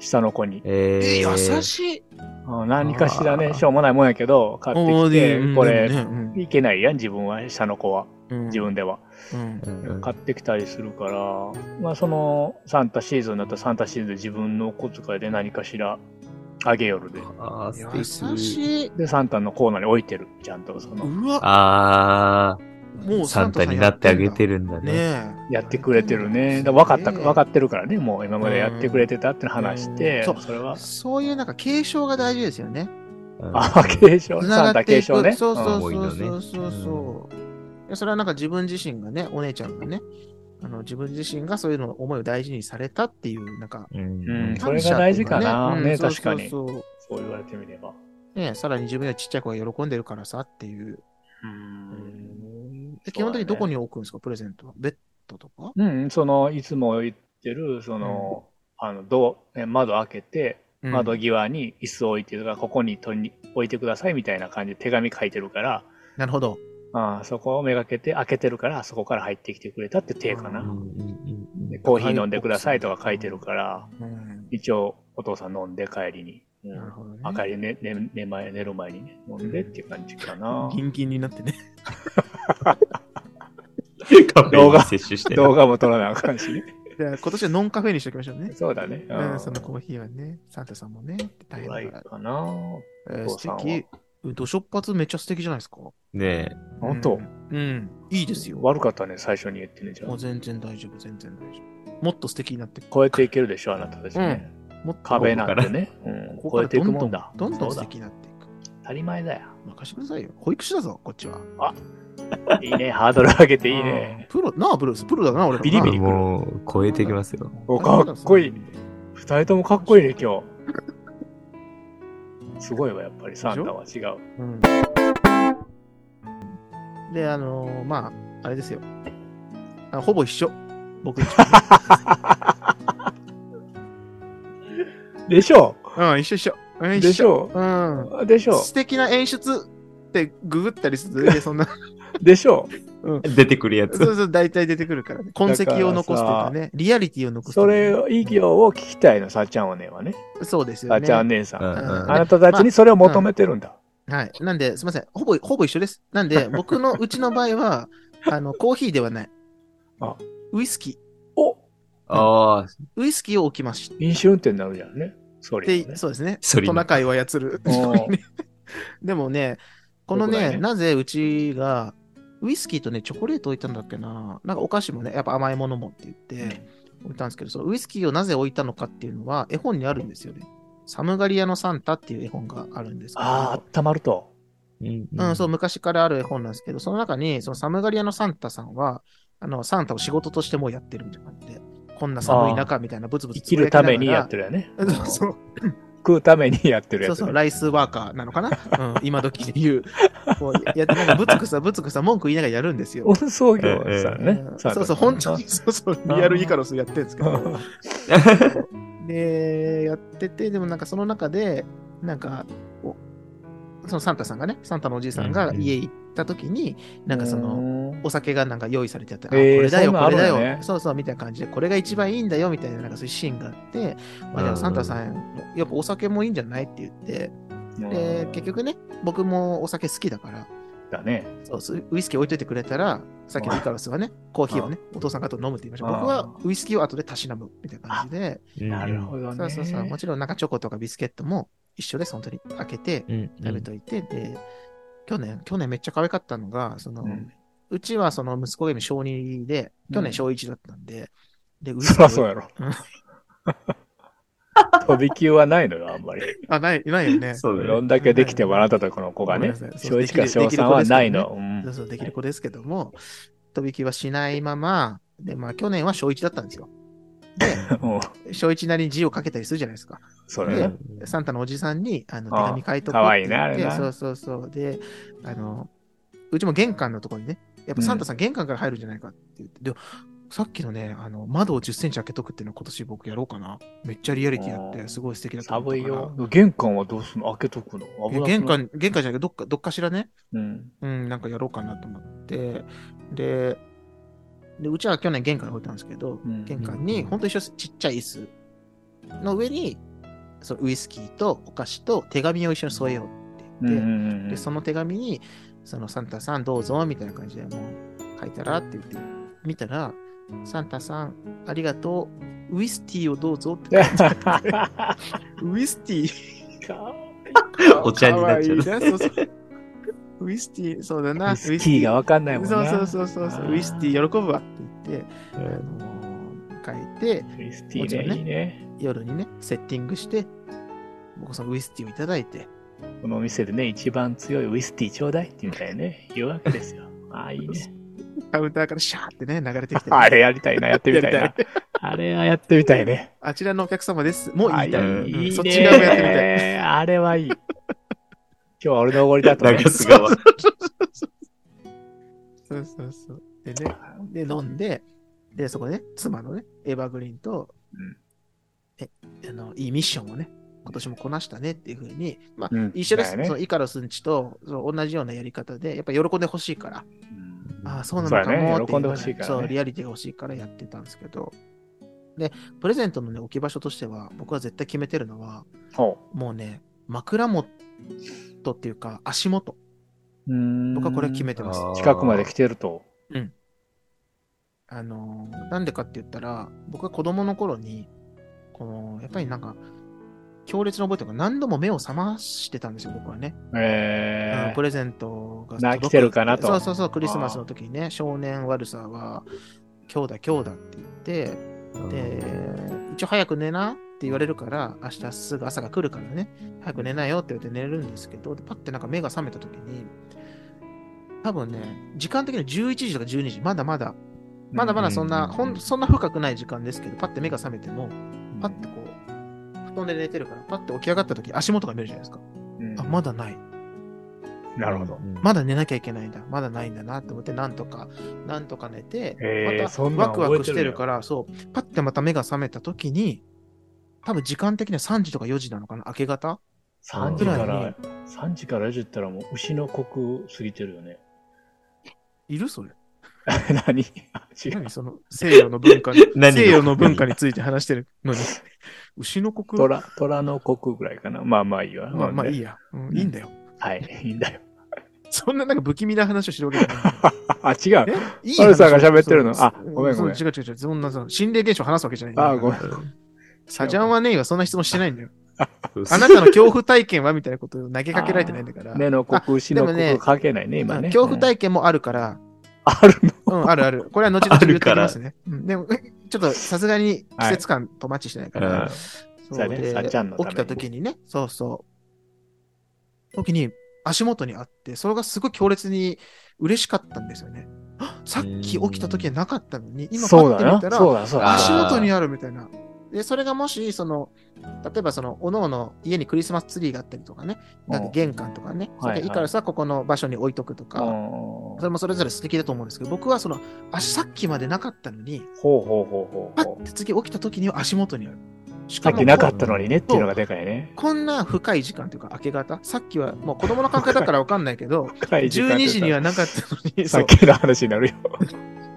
Speaker 3: 下の子に。
Speaker 2: え
Speaker 1: え、
Speaker 2: ー
Speaker 1: 優しい。
Speaker 3: うん何かしら
Speaker 2: あ
Speaker 3: ね、
Speaker 2: ー
Speaker 3: しょうもないもんやけど、買って
Speaker 1: おー
Speaker 3: き
Speaker 1: でうん
Speaker 3: て、これ、
Speaker 1: でもね
Speaker 3: いけないやん、自分は、下の子は、
Speaker 1: うん
Speaker 3: 自分では。
Speaker 1: うん
Speaker 2: うんうん
Speaker 3: 買ってきたりするから、まあその、サンタシーズンになったらサンタシーズンで自分のお小遣いで何かしらあげよるで。
Speaker 2: あー
Speaker 1: 優
Speaker 2: 素敵。
Speaker 1: しい。
Speaker 3: で、サンタのコーナーに置いてる、ちゃんと、その、
Speaker 1: うわ、
Speaker 2: あ
Speaker 1: も
Speaker 2: あ、
Speaker 1: う
Speaker 2: サンタになってあげて
Speaker 1: る
Speaker 2: るんだ
Speaker 1: ね
Speaker 2: ね。
Speaker 1: え。
Speaker 3: やってくれてるね。だから分かった、分か
Speaker 1: っ
Speaker 3: ってるからね、もう今までやってくれてたって話して、
Speaker 1: うんうん
Speaker 3: それは、
Speaker 1: そういうなんか継承が大事ですよね。
Speaker 2: うん
Speaker 3: あ、継承、
Speaker 1: つ
Speaker 3: サ
Speaker 1: な
Speaker 3: ン
Speaker 1: が
Speaker 3: タ
Speaker 1: って
Speaker 3: 継
Speaker 1: いく。
Speaker 3: 承ね。
Speaker 1: そう
Speaker 3: うん
Speaker 1: そう
Speaker 2: うん
Speaker 1: そう
Speaker 2: 多いよ
Speaker 1: そうそ
Speaker 2: ね
Speaker 1: うそう。いやそれはなんか自分自身がね、お姉ちゃんがね、あの自分自身がそういうの思いを大事にされたっていう、なんか、
Speaker 2: うん
Speaker 3: うんそ
Speaker 1: 感
Speaker 3: れ
Speaker 1: 謝
Speaker 3: が
Speaker 1: ってい
Speaker 3: 大事
Speaker 1: うか
Speaker 3: かな
Speaker 1: うん
Speaker 3: ね
Speaker 1: そう
Speaker 3: 確かに
Speaker 1: そうそう
Speaker 3: そう言われてみれば。
Speaker 1: ね、さらに自分よりちっちゃい子が喜んでるからさっていう。
Speaker 3: うん
Speaker 1: で基本的にどこに置くんですか、プレゼントは。ベッドとか
Speaker 3: うん、その、いつも言ってる、その、あの、どう、ね窓開けて、窓
Speaker 1: うん
Speaker 3: 際に椅子を置いてるから、ここに取りに置いてくださいみたいな感じで手紙書いてるから、
Speaker 1: なるほど。
Speaker 3: あーそこをめがけて開けてるから、そこから入ってきてくれたって手か
Speaker 2: う
Speaker 3: な。
Speaker 2: んうんうん
Speaker 3: でコーヒー飲んでくださいとか書いてるから、
Speaker 1: うん
Speaker 3: 一応お父さん飲んで帰りに。うん
Speaker 1: なるほどね。
Speaker 3: あ帰りね、ね、寝前、寝る前にね、飲んでっていう感じかな。
Speaker 1: ギンギンになってね。
Speaker 2: カフェに摂取してる。
Speaker 3: 動画も撮らなあかんしね。
Speaker 1: じゃあ今年はノンカフェにしておきましょうね。
Speaker 3: そうだね。
Speaker 1: うん、そのコーヒーはね、サンタさんもね、大変
Speaker 3: ぐらい
Speaker 1: だから。
Speaker 3: かな。
Speaker 1: えー
Speaker 3: お父さん
Speaker 1: 素
Speaker 3: は
Speaker 1: 敵。どしょっぱつめっちゃ素敵じゃないですか。
Speaker 2: ね
Speaker 3: 本当、
Speaker 1: うん、うんいいですよ。
Speaker 3: 悪かったね、最初に言ってね、じゃ
Speaker 1: もう
Speaker 3: あ。
Speaker 1: 全然大丈夫、全然大丈夫。もっと素敵になってく
Speaker 3: 超えていけるでしょ、あなたたちね。
Speaker 1: もっと
Speaker 3: 壁なんてね、うん、
Speaker 1: ここ
Speaker 3: 超
Speaker 1: から
Speaker 3: えてい
Speaker 1: ど
Speaker 3: く
Speaker 1: んど
Speaker 3: も
Speaker 1: ん、
Speaker 3: んだ。
Speaker 1: どんどん
Speaker 3: そ
Speaker 1: 素
Speaker 3: うだ
Speaker 1: 敵になっていく。
Speaker 3: 当たり前だよ。
Speaker 1: 任してくださいよ。保育士だぞ、こっちは。
Speaker 3: いいね、ハードル上げていい
Speaker 1: あー
Speaker 3: ね。
Speaker 1: プロ、なあ、ブルース。プロだな、俺らな。
Speaker 3: ビ
Speaker 2: え。
Speaker 3: リビリ来る
Speaker 2: もう、超えてきますよ。
Speaker 3: おかっこいい二人ともかっこいいね、今日。すごいわ、やっぱりサンタは違う。
Speaker 1: うんで、あのーまあ、あれですよ。あほぼ一緒。僕一緒。
Speaker 3: でしょ
Speaker 1: うん、一緒一緒。うん
Speaker 3: う
Speaker 1: 一緒
Speaker 3: でしょ
Speaker 1: うん。
Speaker 3: うでしょ
Speaker 1: 素敵な演出ってググったりするで、そん な。
Speaker 3: うでしょう
Speaker 2: 出てくるや
Speaker 1: そ
Speaker 2: つ。
Speaker 1: うそう、大体出てくるからね。痕跡を残すというかね。リアリティを残すとい
Speaker 3: そう
Speaker 1: か
Speaker 3: れを、意義を聞きたいの、さっちゃんお姉はね。
Speaker 1: そうですよ
Speaker 3: さっ
Speaker 1: ね。
Speaker 3: ちゃん姉さ
Speaker 2: うん
Speaker 3: ん。
Speaker 2: うん
Speaker 3: あなたたちにそれを求めてるんだ。
Speaker 1: はい。なんで、すみません。ほぼ、ほぼ一緒です。なんで、僕の、うちの場合は、あの、コーヒーではない。
Speaker 3: あ
Speaker 1: ウイスキー。
Speaker 3: お
Speaker 2: ああ、
Speaker 1: ウイスキーを置きました。
Speaker 3: 飲酒運転になるじゃんね。それ、ね
Speaker 1: で、。そうですね。
Speaker 2: それ
Speaker 1: トナカイを操る。
Speaker 3: おー
Speaker 1: でもね、この
Speaker 3: よくな
Speaker 1: ね、
Speaker 3: いね
Speaker 1: なぜうちが、ウイスキーとね、チョコレート置いたんだっけな。なんかお菓子もね、やっぱ甘いものもって言って置いたんですけど、そのウイスキーをなぜ置いたのかっていうのは絵本にあるんですよね。寒がり屋のサンタっていう絵本があるんですけど。
Speaker 3: ああ、温まると。
Speaker 2: うん
Speaker 1: うん、 そう、昔からある絵本なんですけど、その中に、その寒がり屋のサンタさんは、あの、サンタを仕事としてもうやってるみたいな感じで、こんな寒い中みたいなブツブツ
Speaker 3: 生きるためにやって
Speaker 1: る。
Speaker 3: るよね。
Speaker 1: そうそう
Speaker 3: 食うためにやってる
Speaker 1: そ
Speaker 3: や
Speaker 1: う
Speaker 3: つ
Speaker 1: そう、
Speaker 3: ね。
Speaker 1: ライスワーカーなのかなうん、今時で 言う。こうやって、なんかぶつくさぶつくさ文句言いながらやるんですよ。
Speaker 3: 運送業さんね
Speaker 1: う。ん
Speaker 3: サンタさん
Speaker 1: そうそう、本当に、そうそう、リアルイカロスやってるんですけど。で、やってて、でもなんかその中で、なんか、こうそのサンタさんがね、サンタのおじいさんが家行った時に、なんかその、
Speaker 3: の
Speaker 1: お酒がなんか用意されてあって、あ、こ
Speaker 3: えー
Speaker 1: れだよ、
Speaker 3: そんなん
Speaker 1: これだよ
Speaker 3: あるのね
Speaker 1: そうそう、みたいな感じで、これが一番いいんだよ、みたいな、なんかそういうシーンがあって、まあ、じゃあサンタさん、やっぱお酒もいいんじゃないって言って、で、結局ね、僕もお酒好きだから、
Speaker 3: だね。
Speaker 1: そうそうウイスキー置いといてくれたら、さっきのイカロスはね、コーヒーをね、お父さんがと飲むって言いました。
Speaker 3: ああ
Speaker 1: 僕はウイスキーを後でたしなむみたいな感じで、
Speaker 3: なるほどね。
Speaker 1: そうそうそう、もちろんなんかチョコとかビスケットも一緒です、本当に開けて
Speaker 2: うん。
Speaker 1: 食べといて、で、去年、去年めっちゃ可愛かったのが、その、う
Speaker 3: うん
Speaker 1: ちはその息子が今小2で、去
Speaker 3: うん
Speaker 1: 年小1だったんで、 で、ウイ
Speaker 3: そらそうやろ
Speaker 1: うん。
Speaker 3: 飛び級はないのよ、あんまり。
Speaker 1: あ、ない、ないよ ね。
Speaker 2: そうだ
Speaker 3: ど
Speaker 2: よ。
Speaker 3: んだけできてもあなたとこの子がね、小1から小3はないの。う
Speaker 1: そうんそう、できる子ですけども、飛び級はしないまま、で、まあ去年は小1だったんですよ。
Speaker 3: うん。
Speaker 1: 小1なりに字を書けたりするじゃないですか。
Speaker 3: そう
Speaker 2: う
Speaker 3: だ
Speaker 2: ん
Speaker 3: ね。
Speaker 1: サンタのおじさんに、あの、
Speaker 3: ああ
Speaker 1: 手紙書いとこ
Speaker 3: かわいい
Speaker 1: ね
Speaker 3: なあれな
Speaker 1: そうそうそう。で、あの、うちも玄関のところにね、やっぱサンタさん玄関から入るんじゃないかって言って、で、さっきのね、あの、窓を10センチ開けとくっていうのを今年僕やろうかな。めっちゃリアリティあっ
Speaker 3: あ
Speaker 1: て、
Speaker 3: あ
Speaker 1: すごい素敵だと思っ
Speaker 3: 寒
Speaker 1: た
Speaker 3: い
Speaker 1: から。
Speaker 3: よ。玄関はどうすんの開けとくの
Speaker 1: いや
Speaker 3: 危
Speaker 1: 玄
Speaker 3: なくない。
Speaker 1: 関、玄関じゃなくて、どっか、どっかしらね、
Speaker 3: うん。
Speaker 1: うん、なんかやろうかなと思って、で、で、うちは去年玄関に置いたんですけど、
Speaker 3: うん
Speaker 1: 玄関に、ほんと一緒ですちっちゃい椅子の上に、そのウイスキーとお菓子と手紙を一緒に添えようって言
Speaker 3: うんう
Speaker 1: って、
Speaker 3: んうん
Speaker 1: で、その手紙に、そのサンタさんどうぞ、みたいな感じでもう書いたらって言って、見たら、サンタさんありがとう、ウイスティーをどうぞって 書いてあってウイスティー。
Speaker 2: お茶になっちゃう
Speaker 1: かわいいなそうそうウイスティー、そうだな。
Speaker 3: ウイスキーがわかんないもん
Speaker 1: そう
Speaker 3: な。
Speaker 1: そうそうそうそう、ウイスティー喜ぶわって言って、
Speaker 2: う
Speaker 1: あ
Speaker 2: ん
Speaker 1: のー書いて、
Speaker 3: ウイスティーね、いいね。
Speaker 1: 夜にね、セッティングして、僕そのウイスティーをいただいて、
Speaker 3: このお店でね、一番強いウイスティーちょうだいって言ったよ ね。言うわけですよ。ああ、いいね。
Speaker 1: カウンターからシャーってね、流れてきて、
Speaker 3: あれやりたいな、やってみたい
Speaker 1: やり
Speaker 3: な。あれはやってみたいね。
Speaker 1: あちらのお客様です。もう
Speaker 3: あ
Speaker 1: 言いたい。
Speaker 2: い
Speaker 1: うん
Speaker 3: ね
Speaker 1: そっち側もやってみたい。
Speaker 3: あれはいい。 今日は俺のおごりだとね。
Speaker 2: 流す側。
Speaker 1: そうそうそう。でね、で、飲んで、で、そこでね、妻のね、エヴァグリーンと、
Speaker 3: うん
Speaker 1: えあの、いいミッションをね、今年もこなしたねっていうふうに、まあ、
Speaker 3: うん
Speaker 1: 一緒です。
Speaker 3: だよね
Speaker 1: そのイカロスんちとそう同じようなやり方で、やっぱ喜んでほしいから、
Speaker 3: うん
Speaker 1: ああ、そうな
Speaker 3: そ
Speaker 1: の
Speaker 3: うや
Speaker 1: か
Speaker 3: ね
Speaker 1: もっていうのが
Speaker 3: 喜んでほしいからね
Speaker 1: そう、リアリティが欲しいからやってたんですけど、で、プレゼントのね、置き場所としては、僕は絶対決めてるのは、
Speaker 3: ほ
Speaker 1: もうね、枕元っていうか、足元。
Speaker 3: ううーん
Speaker 1: 僕はこれ決めてます。
Speaker 3: 近くまで来てると。
Speaker 1: あのーなんでかって言ったら、僕は子供の頃に、この、やっぱりなんか、強烈な覚えというか、何度も目を覚ましてたんですよ、僕はね。う
Speaker 3: え
Speaker 1: ん
Speaker 3: ー
Speaker 1: プレゼントが
Speaker 3: な
Speaker 1: 届く
Speaker 3: 来てるかなと
Speaker 1: そうそうそう、クリスマスの時にね、少年悪さは、今日だ、今日だって言って、で、一応早く寝なって言われるから、明日すぐ朝が来るからね、早く寝なよって言って寝れるんですけど、でパッてなんか目が覚めた時に、多分ね、時間的には11時とか12時、まだまだ、まだまだそんな、ほん、そんな深くない時間ですけど、パッて目が覚めても、パッてこう、布団で寝てるから、パッて起き上がった時、足元が見えるじゃないですか。
Speaker 3: うん
Speaker 1: あ、まだない。
Speaker 3: なるほど。
Speaker 2: ま
Speaker 1: まだ寝なきゃいけないんだ。まだないんだなと思って、なんとか、なんとか寝て、
Speaker 3: へー
Speaker 1: また
Speaker 3: そんな
Speaker 1: ワ
Speaker 3: ん
Speaker 1: ク
Speaker 3: 覚
Speaker 1: ワ
Speaker 3: えてるよ
Speaker 1: クしてるから、そう、パッてまた目が覚めた時に、多分時間的には3時とか4時なのかな、明け方
Speaker 3: 3時か
Speaker 1: ぐらい
Speaker 3: ら、3時から4時って言ったらもう牛の国過ぎてる よね。
Speaker 1: いるそれ。
Speaker 3: 何違う
Speaker 1: 何。その西洋の文化に
Speaker 2: 何が
Speaker 1: 西洋の文化について話してるのに。牛の国
Speaker 3: 虎、虎の国ぐらいかな。まあまあいいわ。
Speaker 1: まあまあいい
Speaker 3: い。
Speaker 1: や、うんいいんだよ。
Speaker 3: はい、いいんだよ。
Speaker 1: そんななんか不気味な話をしてるわけじゃない。
Speaker 3: あ、違う。
Speaker 1: えいい
Speaker 3: マル
Speaker 1: 話
Speaker 3: さんが喋ってるの
Speaker 1: そう
Speaker 3: あごめんごめん
Speaker 1: そう違う違う違う。そんなさ、心霊現象話すわけじゃない。
Speaker 3: あ、ごめん。
Speaker 1: サジャンはねえはそんな質問してないんだよ。あ
Speaker 2: あ
Speaker 1: なたの恐怖体験はみたいなことを投げかけられてないんだから。
Speaker 3: 目の国、牛の
Speaker 1: でもね
Speaker 3: 国かけないね、今ね。
Speaker 1: 恐怖体験もある から、
Speaker 3: あるの
Speaker 1: うん、あるある。これは後々言ってきますね。うんでも、ちょっとさすがに季節感とマッチしてないから、
Speaker 2: はいうん
Speaker 1: そう
Speaker 3: そうだね
Speaker 1: で
Speaker 3: さっちゃんのた
Speaker 1: 起
Speaker 3: めに
Speaker 1: きた時にね、そうそう。時に足元にあって、それがすごい強烈に嬉しかったんですよね。あさっき起きた時はなかったのに、今パ
Speaker 3: そう
Speaker 1: ッて
Speaker 3: だ
Speaker 1: 見
Speaker 3: な。
Speaker 1: た
Speaker 3: そ
Speaker 1: ら、
Speaker 3: うだ、そうだ。
Speaker 1: 足元にあるみたいな。で、それがもし、その、例えばその、おのおの家にクリスマスツリーがあったりとかね、だって玄関とかね、
Speaker 3: はいは
Speaker 1: そ
Speaker 3: い
Speaker 1: れでイカラスはここの場所に置いとくとか、
Speaker 3: ほ
Speaker 1: それもそれぞれ素敵だと思うんですけど、僕はその、足さっきまでなかったのに、
Speaker 3: うほうほうほう
Speaker 1: パ
Speaker 3: ほ
Speaker 1: ッて次起きた時には足元にある。し
Speaker 3: う。さ
Speaker 1: か
Speaker 3: っ
Speaker 1: も
Speaker 3: きなかったのにねっていうのがでかいね。
Speaker 1: こんな深い時間というか明け方、さっきはもう子供の感覚だからわかんないけど、
Speaker 3: 12
Speaker 1: 12時にはなかったのに、
Speaker 3: さ
Speaker 1: そう
Speaker 3: っきの話になるよ。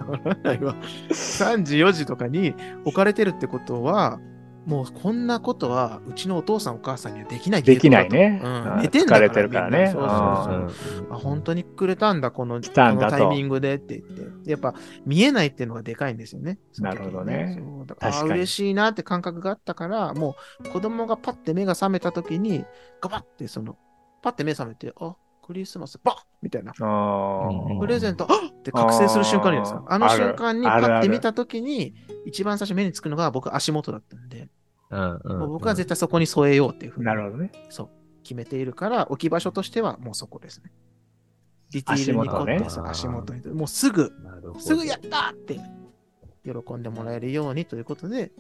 Speaker 1: わからないわ3時、4時とかに置かれてるってことは、もうこんなことはうちのお父さんお母さんにはできない
Speaker 3: できないね
Speaker 1: う
Speaker 3: うんん
Speaker 1: 寝てんだから
Speaker 3: 疲れてるからね
Speaker 1: みんなそうそう
Speaker 3: あ
Speaker 1: そう
Speaker 3: ー
Speaker 1: あ本当にくれたんだ、この
Speaker 3: 来たんだ
Speaker 1: ことのタイミングでって言って。やっぱ見えないっていうのがでかいんですよね。
Speaker 3: なるほどね
Speaker 1: その時にそうだから
Speaker 3: 確かに
Speaker 1: あ嬉しいなって感覚があったから、もう子供がパッて目が覚めた時に、ガバッてその、パッて目覚めて、あ、クリスマス、バッみたいな。
Speaker 3: あ
Speaker 2: うん
Speaker 3: ー
Speaker 1: プレゼント、あっって覚醒する瞬間にですか。
Speaker 3: あー
Speaker 1: あの
Speaker 3: ある
Speaker 1: 瞬間にパ
Speaker 3: あるある
Speaker 1: ッて見た時に、一番最初目につくのが僕足元だったんで、
Speaker 2: うん
Speaker 1: もう僕は絶対そこに添えようっていうふうに
Speaker 3: なるほどね。
Speaker 1: そう、決めているから、置き場所としてはもうそこですね。ディティールに凝
Speaker 3: 足元
Speaker 1: って
Speaker 3: ね
Speaker 1: そう足元に、もうすぐ、
Speaker 2: なるほど
Speaker 1: すぐやったって、喜んでもらえるようにということで、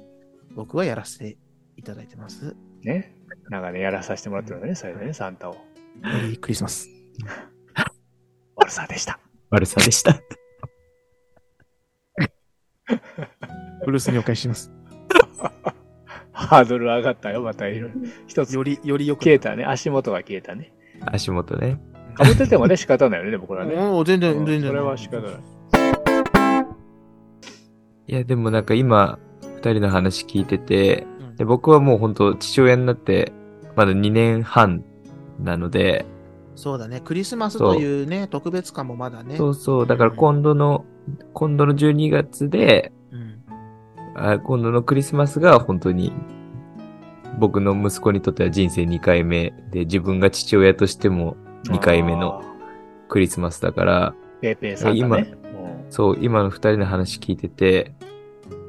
Speaker 1: 僕はやらせていただいてます。
Speaker 3: ね。長年やらさせてもらってるんだね、それでね、サンタを。
Speaker 1: メリークリスマス。
Speaker 3: オルサでした。
Speaker 2: 悪さでした。
Speaker 1: ブルースにお返しします。
Speaker 3: ハードル上がったよ、またいろいろ。一 つ
Speaker 1: より、よりよくな
Speaker 3: 消え
Speaker 1: る。
Speaker 3: たね。足元が消えたね。
Speaker 2: 足元ね。
Speaker 3: かぶって てもね、仕方ないよね、でもこれはね。
Speaker 1: もう全然、全然。
Speaker 3: それは仕方ない。
Speaker 2: いや、でもなんか今、二人の話聞いてて、
Speaker 1: うん
Speaker 2: で僕はもう本当父親になって、まだ2年半なので、
Speaker 1: そうだね。クリスマスというね、特別感もまだね。
Speaker 2: そうそう、だから今度の、今度の12月で、
Speaker 1: うん
Speaker 2: あ今度のクリスマスが本当に、僕の息子にとっては人生2回目で、自分が父親としても2回目の
Speaker 3: あー。
Speaker 2: クリスマスだから、
Speaker 3: ペーペーサンタ
Speaker 2: 今
Speaker 3: ね。うん
Speaker 2: そう、今の二人の話聞いてて、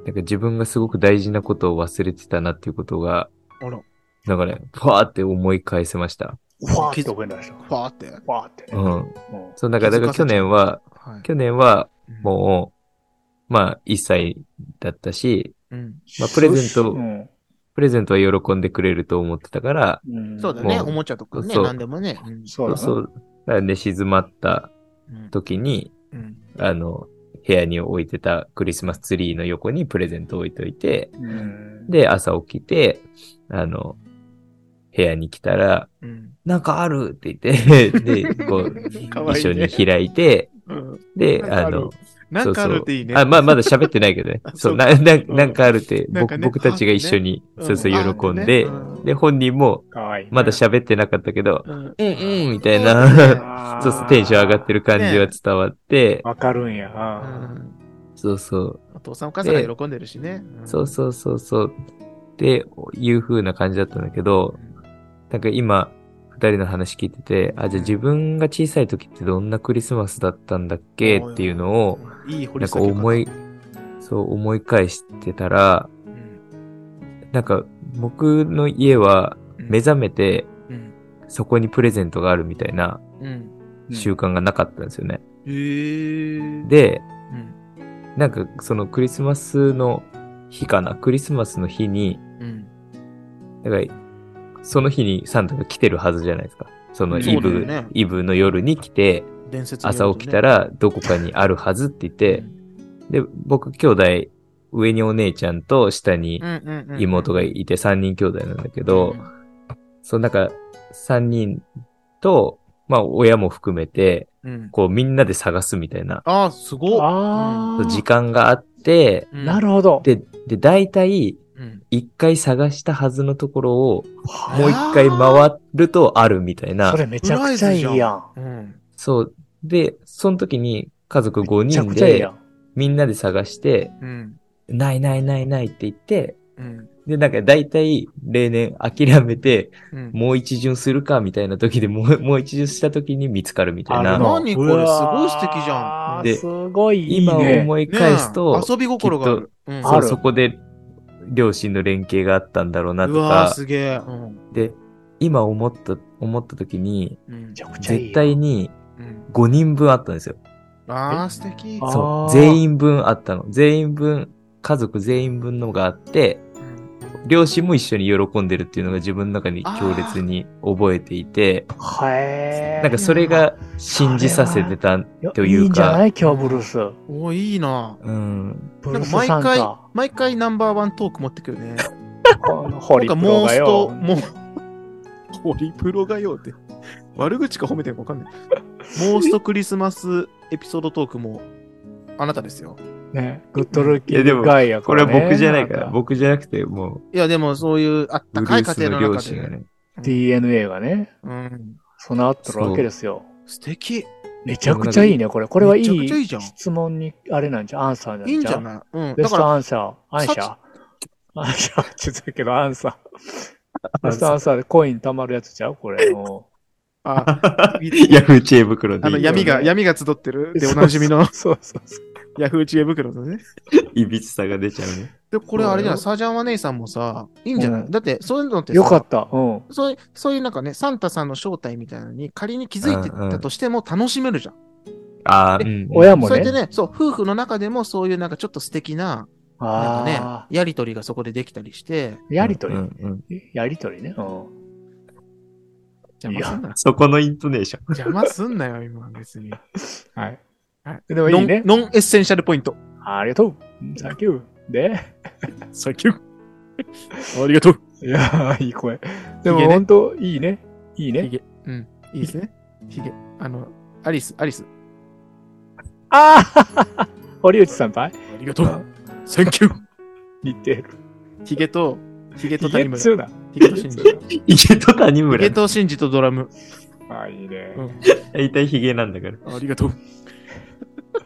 Speaker 2: なんか自分がすごく大事なことを忘れてたなっていうことが、
Speaker 1: あら、
Speaker 2: なんかね、ふわーって思い返せました。
Speaker 3: ふわーって覚えました。
Speaker 1: パーって。
Speaker 3: ふわーって
Speaker 2: う
Speaker 3: ね。
Speaker 2: ん。
Speaker 3: うん
Speaker 2: そう、なんか、だから去年は、
Speaker 1: はい。
Speaker 2: 去年は
Speaker 1: う
Speaker 2: もう、まあ、1歳だったし、
Speaker 1: ん。うん。
Speaker 2: まあプレゼント
Speaker 3: うん
Speaker 2: プレゼントは喜んでくれると思ってたから、
Speaker 3: うん
Speaker 1: そうだね。
Speaker 2: もう
Speaker 1: おもちゃとかね、
Speaker 2: そう
Speaker 1: 何でもね。うん
Speaker 3: そうだ
Speaker 2: そ
Speaker 3: な。
Speaker 2: う、だから寝静まった
Speaker 1: うん
Speaker 2: 時に、
Speaker 1: うん。
Speaker 2: あの、部屋に置いてたクリスマスツリーの横にプレゼントを置いといて、
Speaker 3: うん
Speaker 2: で、朝起きて、あの、部屋に来たら、
Speaker 1: うん。
Speaker 2: なんかあるって言って、 で、こう、
Speaker 1: かわいい
Speaker 2: 一緒
Speaker 1: ね
Speaker 2: に開いて、
Speaker 1: うん
Speaker 2: で、
Speaker 1: なんか
Speaker 2: あ
Speaker 1: ある
Speaker 2: の、
Speaker 1: なんかあるっていいね。
Speaker 2: あ、まあ、まだ喋ってないけ どね
Speaker 1: あ。
Speaker 2: そ
Speaker 1: そう
Speaker 2: う、
Speaker 1: か
Speaker 2: な、 ななんかあるって、
Speaker 1: なん
Speaker 2: 僕
Speaker 1: かね
Speaker 2: 僕たちが一緒に、
Speaker 1: あ
Speaker 2: そうそ
Speaker 1: うん
Speaker 2: う、喜んで
Speaker 1: あ、ね
Speaker 2: で、本人も、
Speaker 3: かわいい。
Speaker 2: まだ喋ってなかったけど、
Speaker 1: うん
Speaker 2: うんうん、みたい
Speaker 1: うん
Speaker 2: な、
Speaker 3: あ ー
Speaker 2: そうそう、テンション上がってる感じは伝わって、
Speaker 3: わかるんや。
Speaker 1: う
Speaker 3: あ
Speaker 1: ん
Speaker 2: そうそう、
Speaker 1: お父さんお母さんが喜んでるしね。ん
Speaker 2: そうそうそうそう、っていう風な感じだったんだけど、なんか今、二人の話聞いてて、あ、じゃあ自分が小さい時ってどんなクリスマスだったんだっけっていうのを、
Speaker 1: うんいい掘
Speaker 2: な
Speaker 1: り
Speaker 2: んか
Speaker 1: 下げ方
Speaker 2: 思い、そう思い返してたら、
Speaker 1: うん
Speaker 2: なんか僕の家は
Speaker 1: うん
Speaker 2: 目覚めて
Speaker 1: うん
Speaker 2: そこにプレゼントがあるみたいな
Speaker 1: うん。
Speaker 3: ー
Speaker 2: 習慣がなかったんですよね。
Speaker 1: へー。
Speaker 2: で、
Speaker 1: うん、
Speaker 2: なんかそのクリスマスの日かな、クリスマスの日に、
Speaker 1: うん。
Speaker 2: だからその日にサンタが来てるはずじゃないですか。そのイ
Speaker 1: そう
Speaker 2: ブ、
Speaker 1: だよね
Speaker 2: イブの夜に来て、
Speaker 1: 伝説によるとね
Speaker 2: 朝起きた、らどこかにあるはずって言っ
Speaker 1: う
Speaker 2: て
Speaker 1: ん、
Speaker 2: で、僕兄弟、上にお姉ちゃんと下に
Speaker 1: うんうんうんうん
Speaker 2: 妹がいて3人兄弟なんだけど、その中3人と、まあ親も含めて、
Speaker 1: うんうん
Speaker 2: こうみんなで探すみたいな
Speaker 1: ああ、すごっ。
Speaker 3: ああ。
Speaker 2: 時間があって、
Speaker 1: うん
Speaker 3: なるほど。
Speaker 2: で、で、大体
Speaker 1: うん
Speaker 2: 1回探したはずのところを
Speaker 3: はあ
Speaker 2: もう1回回るとあるみたいな
Speaker 3: そ。れめちゃくちゃいい
Speaker 1: プライズじ
Speaker 3: やん。
Speaker 1: うん。
Speaker 2: そう。で、その時に家族5
Speaker 3: めちゃ
Speaker 2: 人
Speaker 3: くちゃいいや
Speaker 2: で
Speaker 3: ん。
Speaker 2: みんなで探して、
Speaker 1: うん。
Speaker 2: ないないないないって言って、
Speaker 1: うん。
Speaker 2: で、なんか大体例年諦めて、
Speaker 1: うん。
Speaker 2: もう一巡するかみたいな時でもう、もう一巡した時に見つかるみたい
Speaker 3: ある
Speaker 2: な。
Speaker 3: の
Speaker 1: 何これ
Speaker 3: うわー
Speaker 1: すごい素敵じゃ
Speaker 2: んです
Speaker 3: ごいいいね。
Speaker 2: 今思い
Speaker 1: ねえ
Speaker 2: 返すと、
Speaker 1: 遊び心がある。うん
Speaker 2: そ
Speaker 3: あ
Speaker 2: う
Speaker 3: る
Speaker 2: そこで両親の連携があったんだろうな
Speaker 1: う
Speaker 2: と
Speaker 1: わー
Speaker 2: か、
Speaker 1: すげえ。うん。
Speaker 2: で、今思った、思った時に、
Speaker 1: うん
Speaker 3: めち。ゃくちゃいいやん。
Speaker 2: 絶対に
Speaker 1: うん
Speaker 2: 5人分あったんですよ。
Speaker 1: ああ、素敵。
Speaker 3: あー
Speaker 2: そう。全員分あったの。全員分、家族全員分のがあって、
Speaker 1: うん
Speaker 2: 両親も一緒に喜んでるっていうのが自分の中に強烈に覚えていて、
Speaker 3: はえー。
Speaker 2: なんかそれが信じさせてた、
Speaker 3: や
Speaker 2: というか
Speaker 3: いいんじゃない今日ブルース。
Speaker 1: おーいいな。
Speaker 2: うん、
Speaker 3: ブ
Speaker 1: な
Speaker 3: ル
Speaker 1: んか
Speaker 3: ース
Speaker 1: 毎
Speaker 3: サン
Speaker 1: 回
Speaker 3: タ。、
Speaker 1: 毎回ナンバーワントーク持ってくるね。
Speaker 3: このホ
Speaker 1: なん
Speaker 3: リ
Speaker 1: か
Speaker 3: プ
Speaker 1: モ
Speaker 3: ロ
Speaker 1: ン
Speaker 3: が
Speaker 1: スト、
Speaker 3: よ。
Speaker 1: もう、ホリプロがよって。悪口か褒めてるかわかんない。モーストクリスマスエピソードトークも、あなたですよ。
Speaker 3: ね、グッドルッキ
Speaker 2: いや
Speaker 3: ン
Speaker 2: で
Speaker 3: グ
Speaker 2: も
Speaker 3: ガイア、
Speaker 2: これは僕じゃないから、
Speaker 3: 僕。
Speaker 2: 僕じゃなくて、も
Speaker 1: いや、でもそういうあっ
Speaker 2: う、
Speaker 1: た
Speaker 2: ブ
Speaker 1: か
Speaker 2: ル
Speaker 1: い
Speaker 2: ー
Speaker 1: 家
Speaker 2: ス
Speaker 1: 庭
Speaker 2: の
Speaker 1: の
Speaker 2: 両
Speaker 1: 中
Speaker 2: 親が
Speaker 1: で。
Speaker 2: ね。
Speaker 3: DNA がね、
Speaker 1: うん。
Speaker 3: 備わってるわけですよ。
Speaker 1: 素敵。
Speaker 3: めちゃくちゃいいね、これ。これはい
Speaker 1: めちゃくちゃいい
Speaker 3: い
Speaker 1: じゃん
Speaker 3: 質問に、あれなんじゃん、アンサーなん
Speaker 1: いいんじ
Speaker 3: じゃ
Speaker 1: ゃ
Speaker 3: ん。
Speaker 1: ないうん。
Speaker 3: ベ
Speaker 1: だ
Speaker 3: ス
Speaker 1: か
Speaker 3: ト
Speaker 1: ら、
Speaker 3: アンサー、アンシャー
Speaker 1: さ。
Speaker 3: アンシャーって言ってたけど、アンサー。ベストアンサーでコイン貯まるやつちゃうこれ。も
Speaker 1: あ
Speaker 2: ヤフー知恵袋で
Speaker 1: あの、
Speaker 2: いいよね
Speaker 1: 闇が、闇が集ってる
Speaker 3: う
Speaker 1: でおなじみの
Speaker 3: そうそうそう。
Speaker 1: ヤフー知恵袋のね。
Speaker 2: いびつさが出ちゃうね。
Speaker 1: で、これあれじゃない
Speaker 3: そう
Speaker 1: サ
Speaker 3: よ
Speaker 1: ージャンワネイさんもさ、いいんじゃない、
Speaker 3: うん
Speaker 1: だって、そういうのってさ
Speaker 3: よかった。うん。
Speaker 1: そういう、そういうなんかね、サンタさんの正体みたいなのに仮に気づいてたとしても楽しめるじゃん。
Speaker 2: ああ、う
Speaker 1: で
Speaker 2: ん。
Speaker 3: 親も
Speaker 1: そうやって
Speaker 3: ね。
Speaker 1: ね、そう、夫婦の中でもそういうなんかちょっと素敵な、なんか
Speaker 3: ああ
Speaker 1: ね、やりとりがそこでできたりして、
Speaker 3: ー。やりとり
Speaker 2: う。んうんうん
Speaker 3: やりとりね。うん。
Speaker 1: 邪魔すんな。
Speaker 2: そこのイントネーション。
Speaker 1: 邪魔すんなよ、今、別に。
Speaker 3: はい。
Speaker 1: はい
Speaker 3: でもいいね。
Speaker 1: ノンノンエッセンシャルポイント。
Speaker 3: ありがとう。サンキュー。で、
Speaker 1: サンキュー。ありがとう。
Speaker 3: いやー、いい声。
Speaker 1: い
Speaker 3: で
Speaker 1: い
Speaker 3: も
Speaker 1: ね
Speaker 3: 本当、いいね。い
Speaker 1: ひ
Speaker 3: いね。
Speaker 1: げ。うん。いいですね。ひげ。あの、アリス、アリス。
Speaker 3: ああ堀内先輩
Speaker 1: ありがとう。サンキュー。
Speaker 3: 似てる。
Speaker 1: ひげと、ひげと
Speaker 3: ヒゲ
Speaker 1: 谷
Speaker 3: っ
Speaker 1: 村。
Speaker 3: つうな。
Speaker 1: ひげとシンジ。ひ
Speaker 2: ヒゲと谷
Speaker 1: げ
Speaker 2: 村。
Speaker 1: とシンジとドラム。
Speaker 3: ああ、いいね
Speaker 1: う。ん
Speaker 2: 大体ヒゲなんだから。
Speaker 1: ありがとう。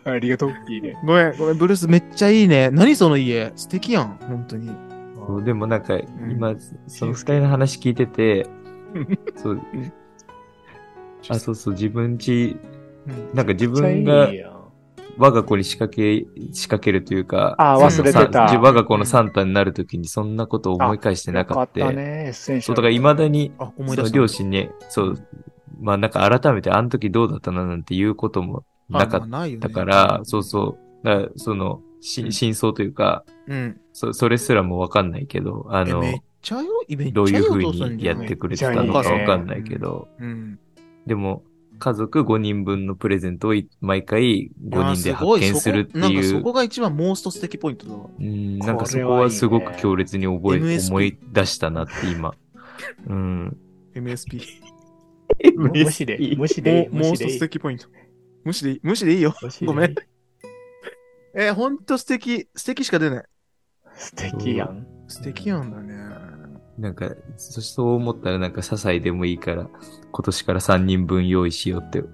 Speaker 3: ありがとう。いいね。
Speaker 1: ごめん、ごめん、ブルースめっちゃいいね。何その家。素敵やん、本当に。
Speaker 2: そうでもなんか、
Speaker 1: ん
Speaker 2: 今、その二人の話聞いてて、そう、あ、そうそう、自分ち、
Speaker 1: うん
Speaker 2: なんか自
Speaker 3: め
Speaker 2: 分
Speaker 3: っちゃ
Speaker 2: が
Speaker 3: いいやん
Speaker 2: 我が子に仕掛け、仕掛けるというか、
Speaker 3: あー忘れてた
Speaker 2: そのさ我が子のサンタになるときにそんなことを思い返してな
Speaker 3: よ
Speaker 2: か
Speaker 3: か
Speaker 2: っ。
Speaker 3: ったたね、エッセンシ
Speaker 2: そ
Speaker 3: ャ
Speaker 2: う、だ
Speaker 3: ル。
Speaker 2: から未だに、
Speaker 1: あ、思
Speaker 2: そ
Speaker 1: い出
Speaker 2: の
Speaker 1: した。
Speaker 2: 両親に、そう、まあなんか改めてあの時どうだったななんて言うこともな
Speaker 1: あ
Speaker 2: かっ
Speaker 1: まあないよね
Speaker 2: たから、そうそう、だからその、
Speaker 1: う
Speaker 2: し
Speaker 1: ん
Speaker 2: 真相というか、
Speaker 1: うん。
Speaker 2: そそれすらもわかんないけど、あ
Speaker 1: え
Speaker 2: の、
Speaker 1: めっちゃよ、イベン
Speaker 2: ど
Speaker 1: ト
Speaker 2: ういう風
Speaker 1: お父さん
Speaker 2: に
Speaker 1: じ
Speaker 2: や
Speaker 1: ゃ
Speaker 2: っ
Speaker 1: ない
Speaker 2: てくれてたのかわかんないけど、
Speaker 1: うん。
Speaker 2: でも、家族5人分のプレゼントをい毎回5人で
Speaker 1: あーご
Speaker 2: 発
Speaker 1: い
Speaker 2: 見するって
Speaker 1: そこなんか
Speaker 2: い
Speaker 1: そうこ、が一番モースト素敵ポイントだ わ。
Speaker 2: うん、なんかそこ
Speaker 3: これはいい
Speaker 2: は
Speaker 3: ね
Speaker 2: すごく強烈に覚え、
Speaker 1: MSP
Speaker 2: 思い出したなって今。うん。
Speaker 1: MSP。
Speaker 3: 無視でいい、無視でいい、
Speaker 1: モ
Speaker 3: 無
Speaker 1: ーモー
Speaker 3: 視
Speaker 1: スト
Speaker 3: でい
Speaker 1: 素
Speaker 3: い。
Speaker 1: 敵ポイント。無視でいい、無視でいいよ。
Speaker 3: 無視でいい
Speaker 1: ごめん。えー、ほんと素敵、素敵しか出ない。
Speaker 3: 素敵やん。
Speaker 1: 素敵やんだ ね。
Speaker 2: なんか、そしてそう思ったらなんか些細でもいいから、今年から3人分用意しようって。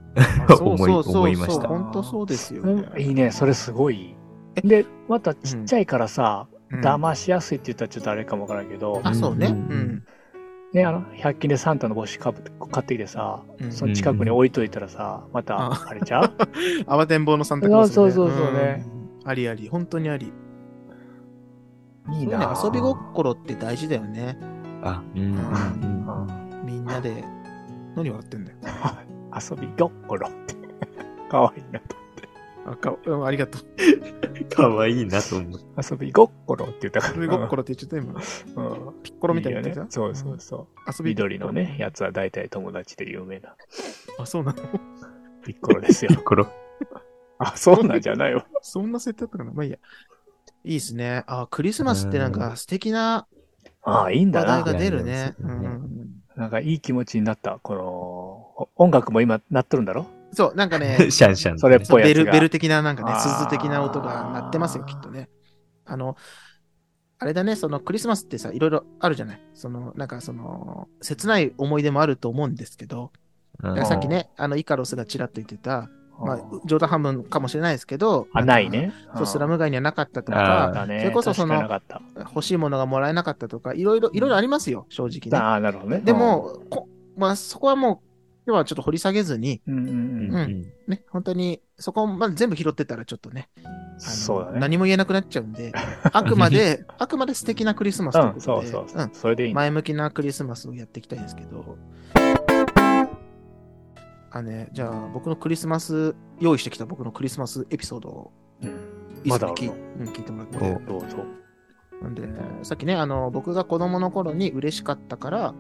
Speaker 1: あそう
Speaker 2: 思い
Speaker 1: そうそう
Speaker 2: 思いました
Speaker 1: そうほんとそうですよ、
Speaker 3: うんいい
Speaker 1: ね。
Speaker 3: ね、それすごいいい。で、またちっちゃいからさ、
Speaker 1: うん
Speaker 3: 騙しやすいって言ったらちょっとあれかもわからんけど、
Speaker 1: あ、そうね。う
Speaker 2: うんん。
Speaker 3: ね、あの、100均でサンタの帽子かぶって買ってきてさ、
Speaker 1: うん
Speaker 3: その近くに置いといたらさ、ま
Speaker 1: あ
Speaker 3: た、あれち ゃう
Speaker 1: 慌てんぼうのサンタクロース、ね。
Speaker 3: そうそうそうそうね
Speaker 1: ん。ありあり、本当にあり。
Speaker 3: いい
Speaker 1: そうね
Speaker 3: な
Speaker 1: 遊び心って大事だよね。
Speaker 2: あ、うん、うん、うん。
Speaker 1: みんなで。何笑ってんだよ。
Speaker 3: 遊びごっころって。かわいいなと。
Speaker 1: あかうんありがとう。
Speaker 2: かわいいなと思って。。
Speaker 3: 遊びごっころって言ったから。
Speaker 1: 遊び心って言っちゃった今。
Speaker 3: うんうん
Speaker 1: ピッコロみたいなやつ
Speaker 3: いいよ
Speaker 1: だ
Speaker 3: ね。そうそうそう。
Speaker 1: 遊び
Speaker 3: 緑のね、やつは大体友達で有名な
Speaker 1: あ、そうなの
Speaker 3: ピッコ ロですよ
Speaker 2: これ、
Speaker 3: あ、そうなんじゃないわ。
Speaker 1: そんな設定だったかなまあいいや。いいですね。あ、クリスマスってなん
Speaker 2: う
Speaker 1: か素敵な
Speaker 3: ああ、いいんだ
Speaker 1: 話題
Speaker 3: な
Speaker 1: が。出るね。
Speaker 2: う
Speaker 1: うんん。
Speaker 3: なんかいい気持ちになった。この、お音楽も今鳴っとるんだろ
Speaker 1: そう、なんかね、
Speaker 2: シャンシャン、
Speaker 3: それっぽい
Speaker 1: ベ
Speaker 3: やつ
Speaker 1: ル、
Speaker 3: が
Speaker 1: ベル的ななんかね、
Speaker 3: あー
Speaker 1: 鈴的な音が鳴ってますよ、きっとね。あの、あれだね、そのクリスマスってさ、いろいろあるじゃない。その、なんかその、切ない思い出もあると思うんですけど、
Speaker 2: うん
Speaker 1: だからさっきね、あの、イカロスがちらっと言ってた、まあ
Speaker 3: あ、
Speaker 1: 冗談半分かもしれないですけど、
Speaker 3: あ、
Speaker 1: んか
Speaker 3: ない。ね。
Speaker 1: そう、スラ
Speaker 3: ム
Speaker 1: ム街にはなかったと
Speaker 2: あー
Speaker 1: か、
Speaker 3: だね。
Speaker 1: それこそその
Speaker 3: 確かなかっ
Speaker 1: 欲しいものがもらえなかったとか、いろいろ、いろいろありますよ、正直ね。
Speaker 3: た。ああ、なるほどね。
Speaker 1: でも、こまあ、そこはもう、今日はちょっと掘り下げずに、
Speaker 3: うん、うん
Speaker 2: う
Speaker 3: うん
Speaker 2: ん
Speaker 3: うん。
Speaker 2: うん
Speaker 1: ね、本当に、そこを、まあ、全部拾ってたらちょっとね、あの
Speaker 3: そうだね。
Speaker 1: 何も言えなくなっちゃうんで、 あくま で、あくまで素敵なクリスマスという
Speaker 3: うん、
Speaker 1: こ
Speaker 3: そ
Speaker 1: と
Speaker 3: う
Speaker 1: で、
Speaker 3: そうそうう。それでいい
Speaker 1: ん
Speaker 3: ね。
Speaker 1: 前向きなクリスマスをやっていきたいんですけど、あね、じゃあ僕のクリスマス、用意してきた僕のクリスマスエピソードを
Speaker 3: うん
Speaker 1: い
Speaker 3: ま
Speaker 1: つ
Speaker 3: だ
Speaker 1: も
Speaker 3: あ
Speaker 1: 聞,、
Speaker 3: るの
Speaker 1: うん、聞いてもらって
Speaker 2: お
Speaker 1: て、
Speaker 3: どうぞ。
Speaker 1: なんで、さっきね、あの、僕が子供の頃に嬉しかったから、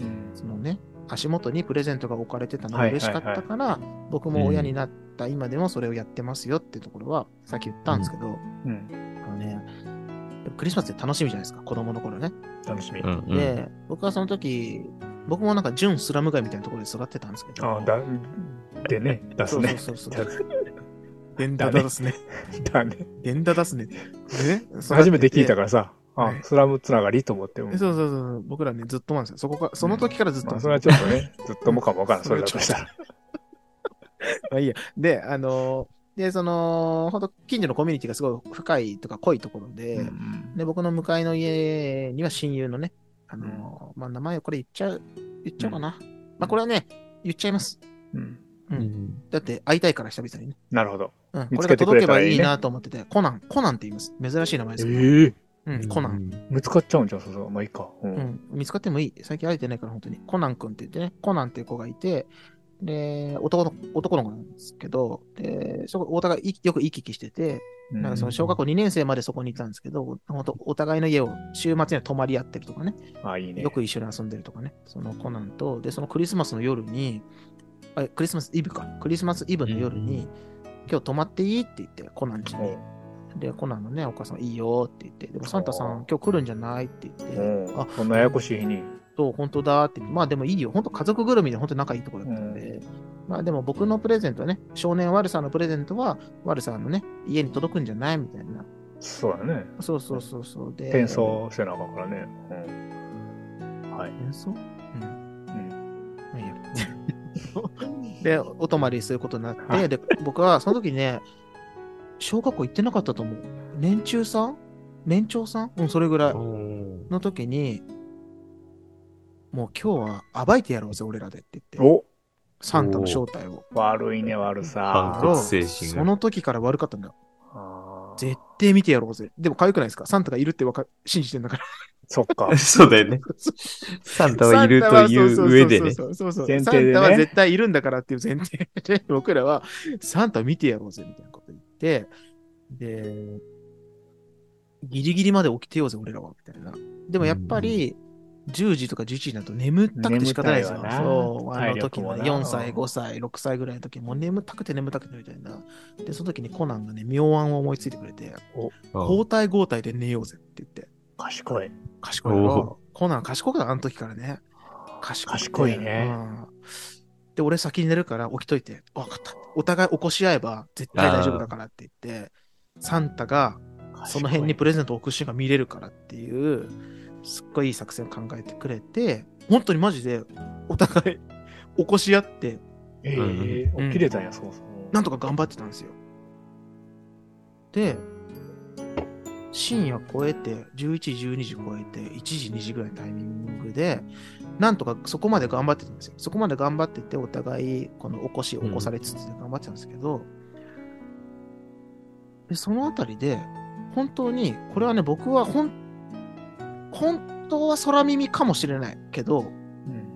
Speaker 3: うん
Speaker 1: そのね、足元にプレゼントが置かれてたの
Speaker 3: は
Speaker 1: が
Speaker 3: いはい
Speaker 1: 嬉しか
Speaker 3: はい
Speaker 1: ったから、僕も親になった今でもそれをやってますよってところは、さっき言ったんですけど、
Speaker 3: うん。
Speaker 1: あのね、でもクリスマスって楽しみじゃないですか、子供の頃ね。
Speaker 3: 楽しみ。
Speaker 2: う
Speaker 3: あ
Speaker 2: んうん。
Speaker 1: で、僕はその時、僕もなんか純スラム街みたいなところで育ってたんですけど。
Speaker 3: あ、だ、でね、出すね。
Speaker 1: そうそうそう
Speaker 3: 出す
Speaker 1: デンダダですね。
Speaker 3: だね。
Speaker 1: デンダダすね。でね
Speaker 3: 初めて聞いた
Speaker 1: ら。
Speaker 3: からさ、あ
Speaker 1: は、い
Speaker 3: スラムつながりと思っても
Speaker 1: え。そうそうそう。僕らね、ずっとなんですよ。そこから、その時からずっと
Speaker 3: ま
Speaker 1: なん
Speaker 3: あ、
Speaker 1: です
Speaker 3: そ
Speaker 1: よ。
Speaker 3: れはちょっとね、ずっともかもわからん、そ
Speaker 1: そ
Speaker 3: れ
Speaker 1: れ
Speaker 3: だ
Speaker 1: はち
Speaker 3: と
Speaker 1: ょっと
Speaker 3: したら。
Speaker 1: まあいいや。で、あのーで、その、ほんと、近所のコミュニティがすごい深いとか濃いところで、
Speaker 3: うん
Speaker 1: で、僕の向かいの家には親友のね、あのーまあ、名前をこれ言っちゃう、言っちゃおうかな。まあ、これはね、言っちゃいます。
Speaker 3: うん
Speaker 1: う
Speaker 2: うんん。
Speaker 1: だって、会いたいから久々にね。
Speaker 3: なるほど。
Speaker 1: うん、
Speaker 3: 見
Speaker 1: こ
Speaker 3: つ
Speaker 1: れ
Speaker 3: け
Speaker 1: が
Speaker 3: てく
Speaker 1: 届
Speaker 3: れた
Speaker 1: け
Speaker 3: ら
Speaker 1: ば
Speaker 3: いいね
Speaker 1: いいなと思ってて、コナン、コナンって言います。珍しい名前ですけど。
Speaker 3: ええ。
Speaker 1: うん、コナン。
Speaker 2: ン。
Speaker 3: 見つかっちゃうんじゃん、そうそう。まあいいか。う。
Speaker 1: うんん、見つかってもいい。最近会えてないから、本当に。コナン君って言ってね、コナンっていう子がいて、で、男の、男の子なんですけど、で、そこ、お互いいよく行き来してて、
Speaker 3: うん
Speaker 1: なんかその
Speaker 2: し
Speaker 1: 小学校2年生までそこにいたんですけど、本当お互いの家を週末には泊まり合ってるとかね、
Speaker 3: あ、いいね。
Speaker 1: よく一緒に遊んでるとかね、そのコナンと、で、そのクリスマスの夜に、あクリスマスイブか、クリスマスイブの夜に、今日泊まっていいって言って、コナンちに。で、コナンのね、お母さんいいよって言って、でもサンタさん今日来るんじゃないって言って、
Speaker 3: うん。うん
Speaker 1: あ
Speaker 3: そんなややこしい日に。
Speaker 1: そう、本当だって。まあでもいいよ。本当家族ぐるみで本当仲いいところだったんで。
Speaker 3: う
Speaker 1: まあでも僕のプレゼントはね、少年ワルサーのプレゼントは、ワルサーのね、家に届くんじゃないみたいな。
Speaker 3: そうだね。
Speaker 1: そうそうそうそう。で、
Speaker 3: 転。送せなあかんからね。うん。はい。
Speaker 1: 転送うん。
Speaker 3: うん。
Speaker 1: まあいいや。 で、お泊まりすることになって、で、僕はその時ね、小学校行ってなかったと思う。年中さん年長さんうん、それぐらい。の時に、もう今日は暴いてやろうぜ、俺らでって言って。
Speaker 3: お
Speaker 1: サンタの正体を。
Speaker 3: 悪いね、悪
Speaker 2: 反
Speaker 3: さ。
Speaker 2: 骨精神
Speaker 1: そ
Speaker 2: が。。
Speaker 1: の時から悪かったんだよ。
Speaker 3: あー
Speaker 1: 絶対見てやろうぜ。でも可愛くないですかサンタがいるってわか、信じてんだから。
Speaker 3: そっ か
Speaker 2: そうだよね。サンタはいるという上でね。
Speaker 1: そうそうそうそうそうそうそう
Speaker 3: 前提でね
Speaker 1: サンタは絶対いるんだからっていう前提で、 僕らはサンタ見てやろうぜみたいなこと言って、で、ギリギリまで起きてようぜ、俺らは、みたいな。でもやっぱり、10時とか11時になると眠ったくて仕方ないですよ
Speaker 3: 眠。たいわな
Speaker 1: そう。あ
Speaker 3: 体
Speaker 1: の
Speaker 3: 力
Speaker 1: 時
Speaker 3: も
Speaker 1: の
Speaker 3: な
Speaker 1: 4歳、5歳、6歳ぐらいの時、もう眠たくて眠たくてみたいな。で、その時にコナンがね、妙案を思いついてくれて、交代交代で寝ようぜって言って。
Speaker 3: 賢い。
Speaker 1: 賢いよ。コナン賢くないあの時からね。賢くて
Speaker 3: 賢いね
Speaker 1: うんで、俺先に寝るから起きといて、あわかった。お互い起こし合えば絶対大丈夫だからって言って、サンタがその辺にプレゼントを置くシーンが見れるからっていう、すっごいいい作戦を考えてくれて、本当にマジでお互い起こし合って、
Speaker 3: え
Speaker 1: う
Speaker 3: え、
Speaker 1: ん
Speaker 3: 起きれたんや、そもそも。
Speaker 1: なんとか頑張ってたんですよ。で、深夜超えて、11時、12時超えて、1時、2時ぐらいのタイミングで、なんとかそこまで頑張ってたんですよ。そこまで頑張ってて、お互い、この起こし、起こされつつで頑張ってたんですけど、でそのあたりで、本当に、これはね、僕はほん、本当は空耳かもしれないけど、
Speaker 3: うん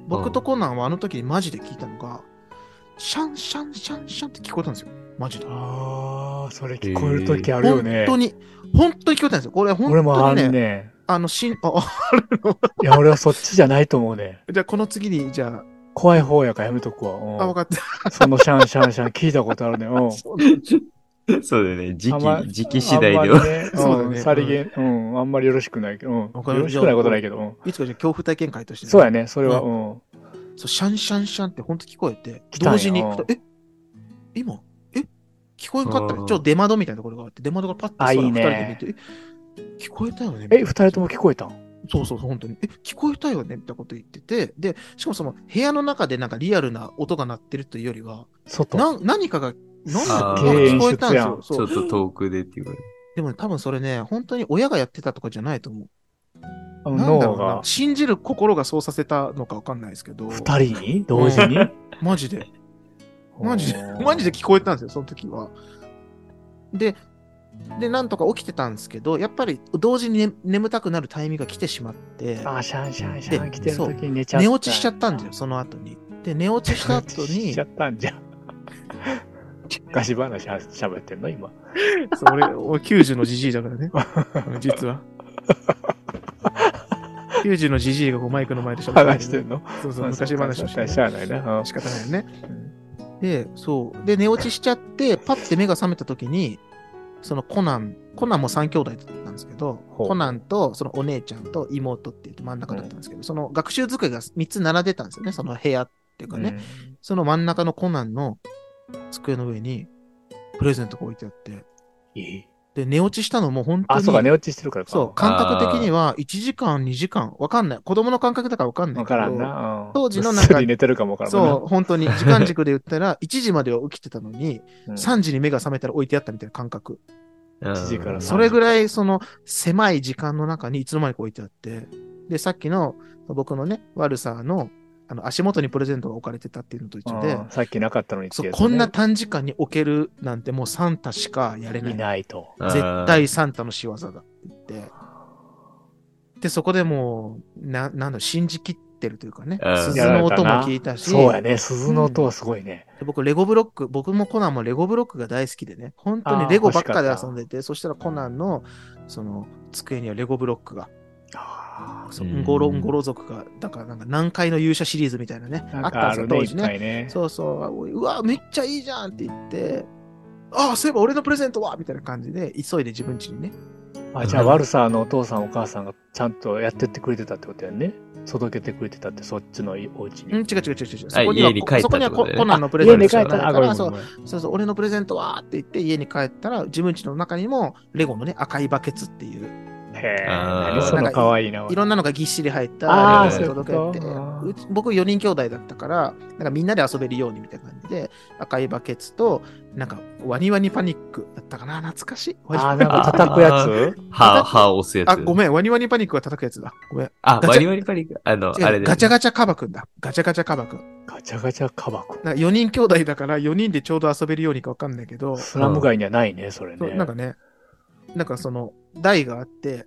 Speaker 1: 僕とコナンはあの時にマジで聞いたのが、シャンシャンシャンシャンって聞こえたんですよ。マジで。
Speaker 3: ああ、それ聞こえるときあるよ
Speaker 1: 本
Speaker 3: ね。
Speaker 1: 当に、本当に聞こえたんですよ。これ本
Speaker 3: 俺も
Speaker 1: 当
Speaker 3: あ
Speaker 1: にね、
Speaker 3: ん
Speaker 1: あ
Speaker 3: ね。
Speaker 1: の、しん、あ、
Speaker 3: いや、俺はそっちじゃないと思うね。
Speaker 1: じゃあこの次に、じゃ
Speaker 3: 怖い方やからやめとくわ。う
Speaker 1: あ、
Speaker 3: ん
Speaker 1: あ、わかった。
Speaker 3: そのシャンシャンシャン聞いたことあるね。うん。
Speaker 2: そうだよね。時
Speaker 3: あんま
Speaker 2: 期、時期次第で
Speaker 3: あんま
Speaker 2: は。
Speaker 3: りね
Speaker 1: そうだ
Speaker 3: うん
Speaker 1: ね
Speaker 3: さりげ、うん、あんまりよろしくないけど、うん。
Speaker 1: わか
Speaker 3: よ
Speaker 1: る
Speaker 3: ろしくないことないけど、うん。
Speaker 1: いつかじゃあ恐怖体験会としてね、
Speaker 3: そうやね、それは、うん。
Speaker 1: そうシャンシャンシャンって本当聞こえて、
Speaker 3: 来たんよ
Speaker 1: 同時に、ふたえ今え聞こえんかった
Speaker 2: う
Speaker 1: ね
Speaker 2: ん
Speaker 1: ちょっと出窓みたいなところがあって、出窓からパッと
Speaker 3: あ
Speaker 1: そう
Speaker 3: いい
Speaker 1: 二
Speaker 3: ね
Speaker 1: 人で見て、え聞こえたよねみたい
Speaker 3: え、二
Speaker 1: な
Speaker 3: 人とも聞こえたん
Speaker 1: そうそうそう、本当に。え、聞こえたよねみたいなこと言ってて、で、しかもその部屋の中でなんかリアルな音が鳴ってるというよりは、
Speaker 3: 外。
Speaker 1: な何かが、何か
Speaker 2: す
Speaker 1: が
Speaker 2: っげえ
Speaker 1: 聞こえたんです
Speaker 3: 演出や
Speaker 1: よ
Speaker 3: ん。
Speaker 2: ち
Speaker 1: そ
Speaker 2: ょ
Speaker 1: う
Speaker 2: っと遠くでっていうか。
Speaker 1: でもね、多分それね、本当に親がやってたとかじゃないと思う。
Speaker 3: あの
Speaker 1: なんだろ
Speaker 3: 脳
Speaker 1: うな
Speaker 3: が。
Speaker 1: 信じる心がそうさせたのかわかんないですけど、
Speaker 3: 二人に同時に
Speaker 1: マジで、マジ で、マジで聞
Speaker 3: え
Speaker 1: こえたんですよ、その時は。で、で、なんとか起きてたんですけど、やっぱり同時に、ね、眠たくなるタイミングが来てしまって、
Speaker 3: あー、シャンシャンシャン
Speaker 1: で
Speaker 3: 来てる時に寝ちゃった。
Speaker 1: 寝落ちしちゃったんですよ、その後に。で、寝落ちした後
Speaker 3: し
Speaker 1: に
Speaker 3: ちゃ、ったんじゃん。昔話はしゃべってんの今。
Speaker 1: そう俺、俺90のじじいだから ね。実 は。90のじじいがこうマイクの前でしゃべ
Speaker 3: 話して
Speaker 1: る
Speaker 3: んの
Speaker 1: そうそう、昔話を
Speaker 3: し
Speaker 1: してて
Speaker 3: しゃあないな。うん
Speaker 1: 仕方ないよね。で、そう。で、寝落ちしちゃって、パッて目が覚めた時に、そのコナン、コナンも3兄弟だったんですけど、
Speaker 3: ほう
Speaker 1: コナンとそのお姉ちゃんと妹って言って真ん中だったんですけど、その学習机が3つ並んでたんですよね、その部屋っていうかね。
Speaker 3: うん
Speaker 1: その真ん中のコナンの机の上に、プレゼントが置いてあって。
Speaker 3: いい
Speaker 1: で、寝落ちしたのも本当に。
Speaker 3: あ、そうか、寝落ちしてるからか。
Speaker 1: そう、感覚的には1時間、2時間、わかんない。子供の感覚だからわかんない
Speaker 3: わ
Speaker 1: けど。
Speaker 3: からんな。うん
Speaker 1: 当時のなんか
Speaker 3: ぐっすり寝てるかもわからんもんな
Speaker 1: そう、本当に。時間軸で言ったら、1時 までは起きてたのに、
Speaker 3: うん
Speaker 1: 3時に目が覚めたら置いてあったみたいな感覚。
Speaker 2: うん
Speaker 3: 7時から
Speaker 1: それぐらい、その、狭い時間の中にいつの間にか置いてあって。で、さっきの、僕のね、悪さの、あの、足元にプレゼントが置かれてたっていうのと一緒で、
Speaker 3: うんさっきなかったのにって
Speaker 1: そ
Speaker 3: や
Speaker 1: う、
Speaker 3: つね
Speaker 1: こんな短時間に置けるなんてもうサンタしかやれないい。
Speaker 3: ないと。
Speaker 1: 絶。対サンタの仕業だって言って。で、そこでもう、な、なんだ、信じきってるというかね
Speaker 2: うん。
Speaker 1: 鈴の音も聞いたし。
Speaker 3: そうやね、鈴の音はすごいね。
Speaker 1: で僕、レゴブロック、僕もコナンもレゴブロックが大好きでね、本当にレゴばっかで遊んでて、そしたらコナンの、その、机にはレゴブロックが、
Speaker 3: あ
Speaker 1: そうの
Speaker 2: ん
Speaker 1: ゴロンゴロ族が、だからなんか南海の勇者シリーズみたいなね、
Speaker 3: ーな
Speaker 1: あ
Speaker 3: ん
Speaker 1: っ
Speaker 3: か
Speaker 1: たんで
Speaker 3: あ
Speaker 1: すよ、
Speaker 3: るね、
Speaker 1: 当
Speaker 3: い
Speaker 1: 時
Speaker 3: っぱ
Speaker 1: ね。
Speaker 3: いね。
Speaker 1: そうそう、うわ、めっちゃいいじゃんって言って、ああ、そういえば俺のプレゼントはみたいな感じで、急いで自分家にね。
Speaker 3: あ、じゃあ、ワルサーのお父さんお母さんがちゃんとやってってくれてたってことやね。届けてくれてたって、そっちのお
Speaker 1: う
Speaker 3: 家
Speaker 1: ん、違う
Speaker 3: に。
Speaker 1: 違う違う違う。そ
Speaker 2: あ
Speaker 1: こに
Speaker 2: 家に帰
Speaker 1: は、
Speaker 2: った
Speaker 1: そこにはコ
Speaker 2: ってことだよね
Speaker 1: コナンのプレゼ
Speaker 3: 家
Speaker 1: ント
Speaker 3: に
Speaker 1: し
Speaker 3: 帰
Speaker 1: か
Speaker 3: っ
Speaker 1: な
Speaker 3: た
Speaker 1: い
Speaker 3: ら、あ、
Speaker 1: か
Speaker 3: ごめん
Speaker 1: ら、
Speaker 3: ご
Speaker 1: そ
Speaker 3: めん
Speaker 1: う
Speaker 3: ごめん。
Speaker 1: そうそう、俺のプレゼントはって言って家に帰ったら、自分家の中にも、レゴのね、赤いバケツっていう、
Speaker 3: へえ、
Speaker 2: あー
Speaker 3: 何その可愛いな。
Speaker 1: いろんなのがぎっしり入った
Speaker 3: あ
Speaker 2: ー
Speaker 1: レゴが
Speaker 3: そう
Speaker 1: 届けて、
Speaker 3: いうこと
Speaker 1: うち僕4人兄弟だったから、なんかみんなで遊べるようにみたいな感じで、赤いバケツと、なんかワニワニパニックだったかな懐かしい。ワニ
Speaker 3: あー、なんか叩くやつ
Speaker 2: は、は押すやつ。
Speaker 1: あ、ご
Speaker 2: ん。
Speaker 1: めん、ワニワニパニックは叩くやつだ。ごめん。
Speaker 2: あ、
Speaker 1: ガチャ
Speaker 2: バリバリバリ、あの、
Speaker 1: 違う
Speaker 2: あれ
Speaker 1: ガチャ
Speaker 2: ガ
Speaker 1: ガチャカバくんだ。ガチャガチャカバくん。
Speaker 3: ガチャガチャカバコ。
Speaker 1: なんか4人兄弟だから4人でちょうど遊べるようにかわかんないけど、
Speaker 3: スラム街にはないね、それ
Speaker 1: そう
Speaker 3: ね。
Speaker 1: なんかね、なんかその台があって、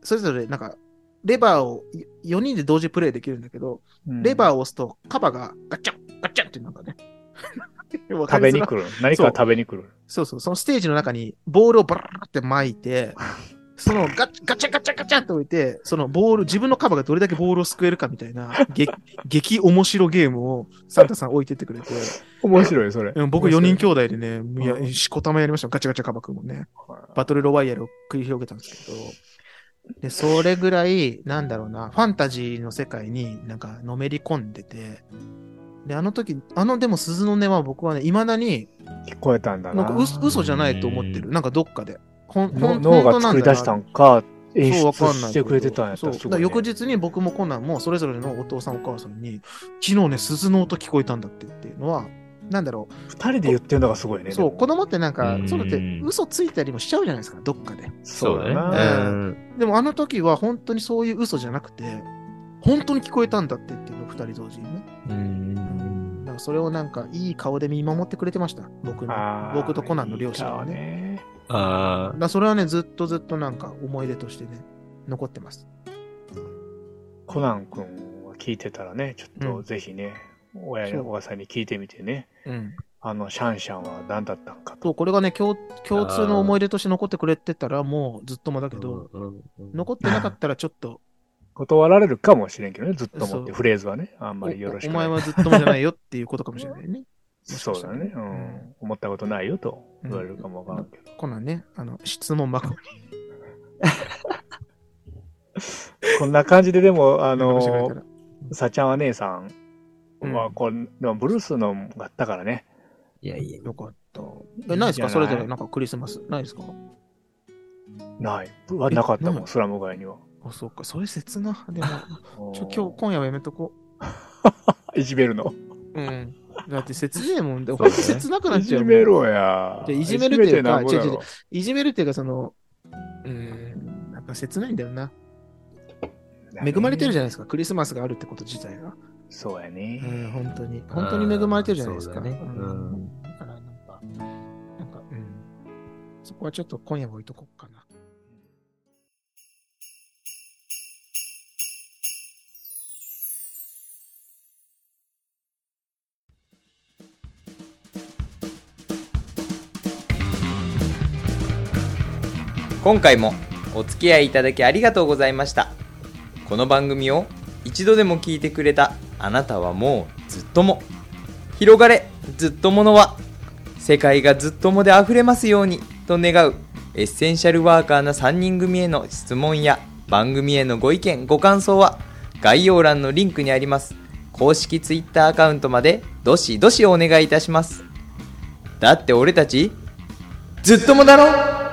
Speaker 1: それぞれなんかレバーを4人で同時プレイできるんだけど、レ
Speaker 3: ー
Speaker 1: バーを押すとカバがガチャンガチャンってなんかね。わか
Speaker 3: 食
Speaker 1: りづ
Speaker 3: べに
Speaker 1: らい
Speaker 3: 来る。何か食べに来る。
Speaker 1: そうそう、そのステージの中にボールをバラーって巻いて、そのガチャガチャガチャガチャって置いて、そのボール、自分のカバがどれだけボールをすくえるかみたいな、激、 激面白ゲームをサンタさん置いてってくれて、
Speaker 3: 面白い、それ。
Speaker 1: うん僕4人兄弟でね、い
Speaker 3: うん
Speaker 1: や、しこたまやりましたよ。ガチャガチャカバくんもね。
Speaker 3: 弟。
Speaker 1: バトルロワイヤルを繰り広げたんですけど、で、それぐらい、なんだろうな、ファンタジーの世界になんかのめり込んでて、で、あの時、あの、でも鈴の音は僕はね、未だに、
Speaker 3: 聞こえたんだ
Speaker 1: な
Speaker 3: な。
Speaker 1: んか嘘嘘じゃないと思ってる。なんかどっかで。ほん、ほ
Speaker 3: の
Speaker 1: ん、
Speaker 3: 脳
Speaker 1: ほ
Speaker 3: が
Speaker 1: んとなん
Speaker 3: 作り
Speaker 1: だな
Speaker 3: 出したんか、演
Speaker 1: そう
Speaker 3: 出
Speaker 1: わかんないけ
Speaker 3: して
Speaker 1: ど。
Speaker 3: くれてたんやった
Speaker 1: そう
Speaker 3: ら
Speaker 1: だ
Speaker 3: す
Speaker 1: か
Speaker 3: ご
Speaker 1: ら
Speaker 3: いね。
Speaker 1: 翌日に僕もコナンもそれぞれのお父さんお母さんに、昨日ね、鈴の音聞こえたんだってっていうのは、なんだろ。
Speaker 3: 二人で言ってるのがすごいうね。
Speaker 1: そう、
Speaker 3: でも
Speaker 1: 子供ってなんか
Speaker 2: う、ん
Speaker 1: そうだって嘘ついたりもしちゃうじゃないですか、どっかで。
Speaker 2: そうだね。
Speaker 3: な
Speaker 2: うん
Speaker 1: でもあの時は本当にそういう嘘じゃなくて、本当に聞こえたんだってっていうの、二人同時にね。
Speaker 2: うん。
Speaker 1: なんかそれをなんかいい顔で見守ってくれてました。僕の
Speaker 3: あ。ー
Speaker 1: 僕とコナンの両親はね。
Speaker 3: いい顔ね
Speaker 2: あ
Speaker 1: だからそれはね、ずっとずっとなんか思い出としてね、残ってます。
Speaker 3: コナン君は聞いてたらね、ちょっ
Speaker 1: う
Speaker 3: と
Speaker 1: ん
Speaker 3: ぜひね、親や
Speaker 1: そう
Speaker 3: おばさんに聞いてみてね、
Speaker 1: うん。
Speaker 3: あの、シャンシャンは何だったんかと。
Speaker 1: そう、これがね、共共通の思い出として残ってくれてたらもうずっともだ
Speaker 2: あ。
Speaker 1: けど、
Speaker 2: うん、うん
Speaker 1: 残ってなかったらちょっと、
Speaker 3: 断られるかもしれんけどね、ずっともっ
Speaker 1: そ
Speaker 3: て、
Speaker 1: う
Speaker 3: フレーズはね、あん
Speaker 1: お
Speaker 3: まりよろし
Speaker 1: お
Speaker 3: くない。
Speaker 1: 前はずっともじゃないよっていうことかもしれないね。もしか
Speaker 3: そう
Speaker 1: した
Speaker 3: だ
Speaker 1: ら
Speaker 3: ね、うん。思ったことないよと言われるかもわからんけど。
Speaker 1: コナンね、あの、質問箱に。
Speaker 3: こんな感じで、でも、あ
Speaker 1: 残してくれ
Speaker 3: の
Speaker 1: た、ら
Speaker 3: さちゃんは姉さん
Speaker 1: うん
Speaker 3: は、こんでもブルースのがあったからね、
Speaker 2: いやいや。
Speaker 1: よかった。え、ないですか
Speaker 3: いいんじゃない
Speaker 1: それぞれなんかクリスマス。ないですか
Speaker 3: ない。はなかった
Speaker 1: えな
Speaker 3: も
Speaker 1: い
Speaker 3: ん、スラム街には。
Speaker 1: あ、そうか。それ切な。でも、ちょ、今日、
Speaker 3: 日
Speaker 1: 今夜はやめとこ
Speaker 3: いじめるの。
Speaker 1: う。うん。だって切ねえもんで、
Speaker 2: そ
Speaker 1: ほ
Speaker 2: うんだ
Speaker 1: と
Speaker 2: ね
Speaker 1: 切なくないっちゃ
Speaker 3: じ
Speaker 1: うもん。
Speaker 3: めろや。
Speaker 1: じゃあいじめるっていうか
Speaker 3: いじめてなんぼだろ
Speaker 1: 違う違ういじめるっていうか、その、うーん、なんか切ないんだよな。恵まれてるじゃないですか。クリスマスがあるってこと自体が。
Speaker 3: そうや
Speaker 1: う
Speaker 3: ね。
Speaker 1: ん、本当に。本当に恵まれてるじゃないですか。
Speaker 2: あーそうだね
Speaker 1: う
Speaker 2: うん
Speaker 1: ん。だから、なんか、なんか、うん。そこはちょっと今夜は置いとこうかな。
Speaker 5: 今回もお付き合いいただきありがとうございましたこの番組を一度でも聞いてくれたあなたはもうずっとも広がれずっとものは世界がずっともであふれますようにと願うエッセンシャルワーカーな3人組への質問や番組へのご意見ご感想は概要欄のリンクにあります公式 Twitter アカウントまでどしどしお願いいたしますだって俺たちずっともだろ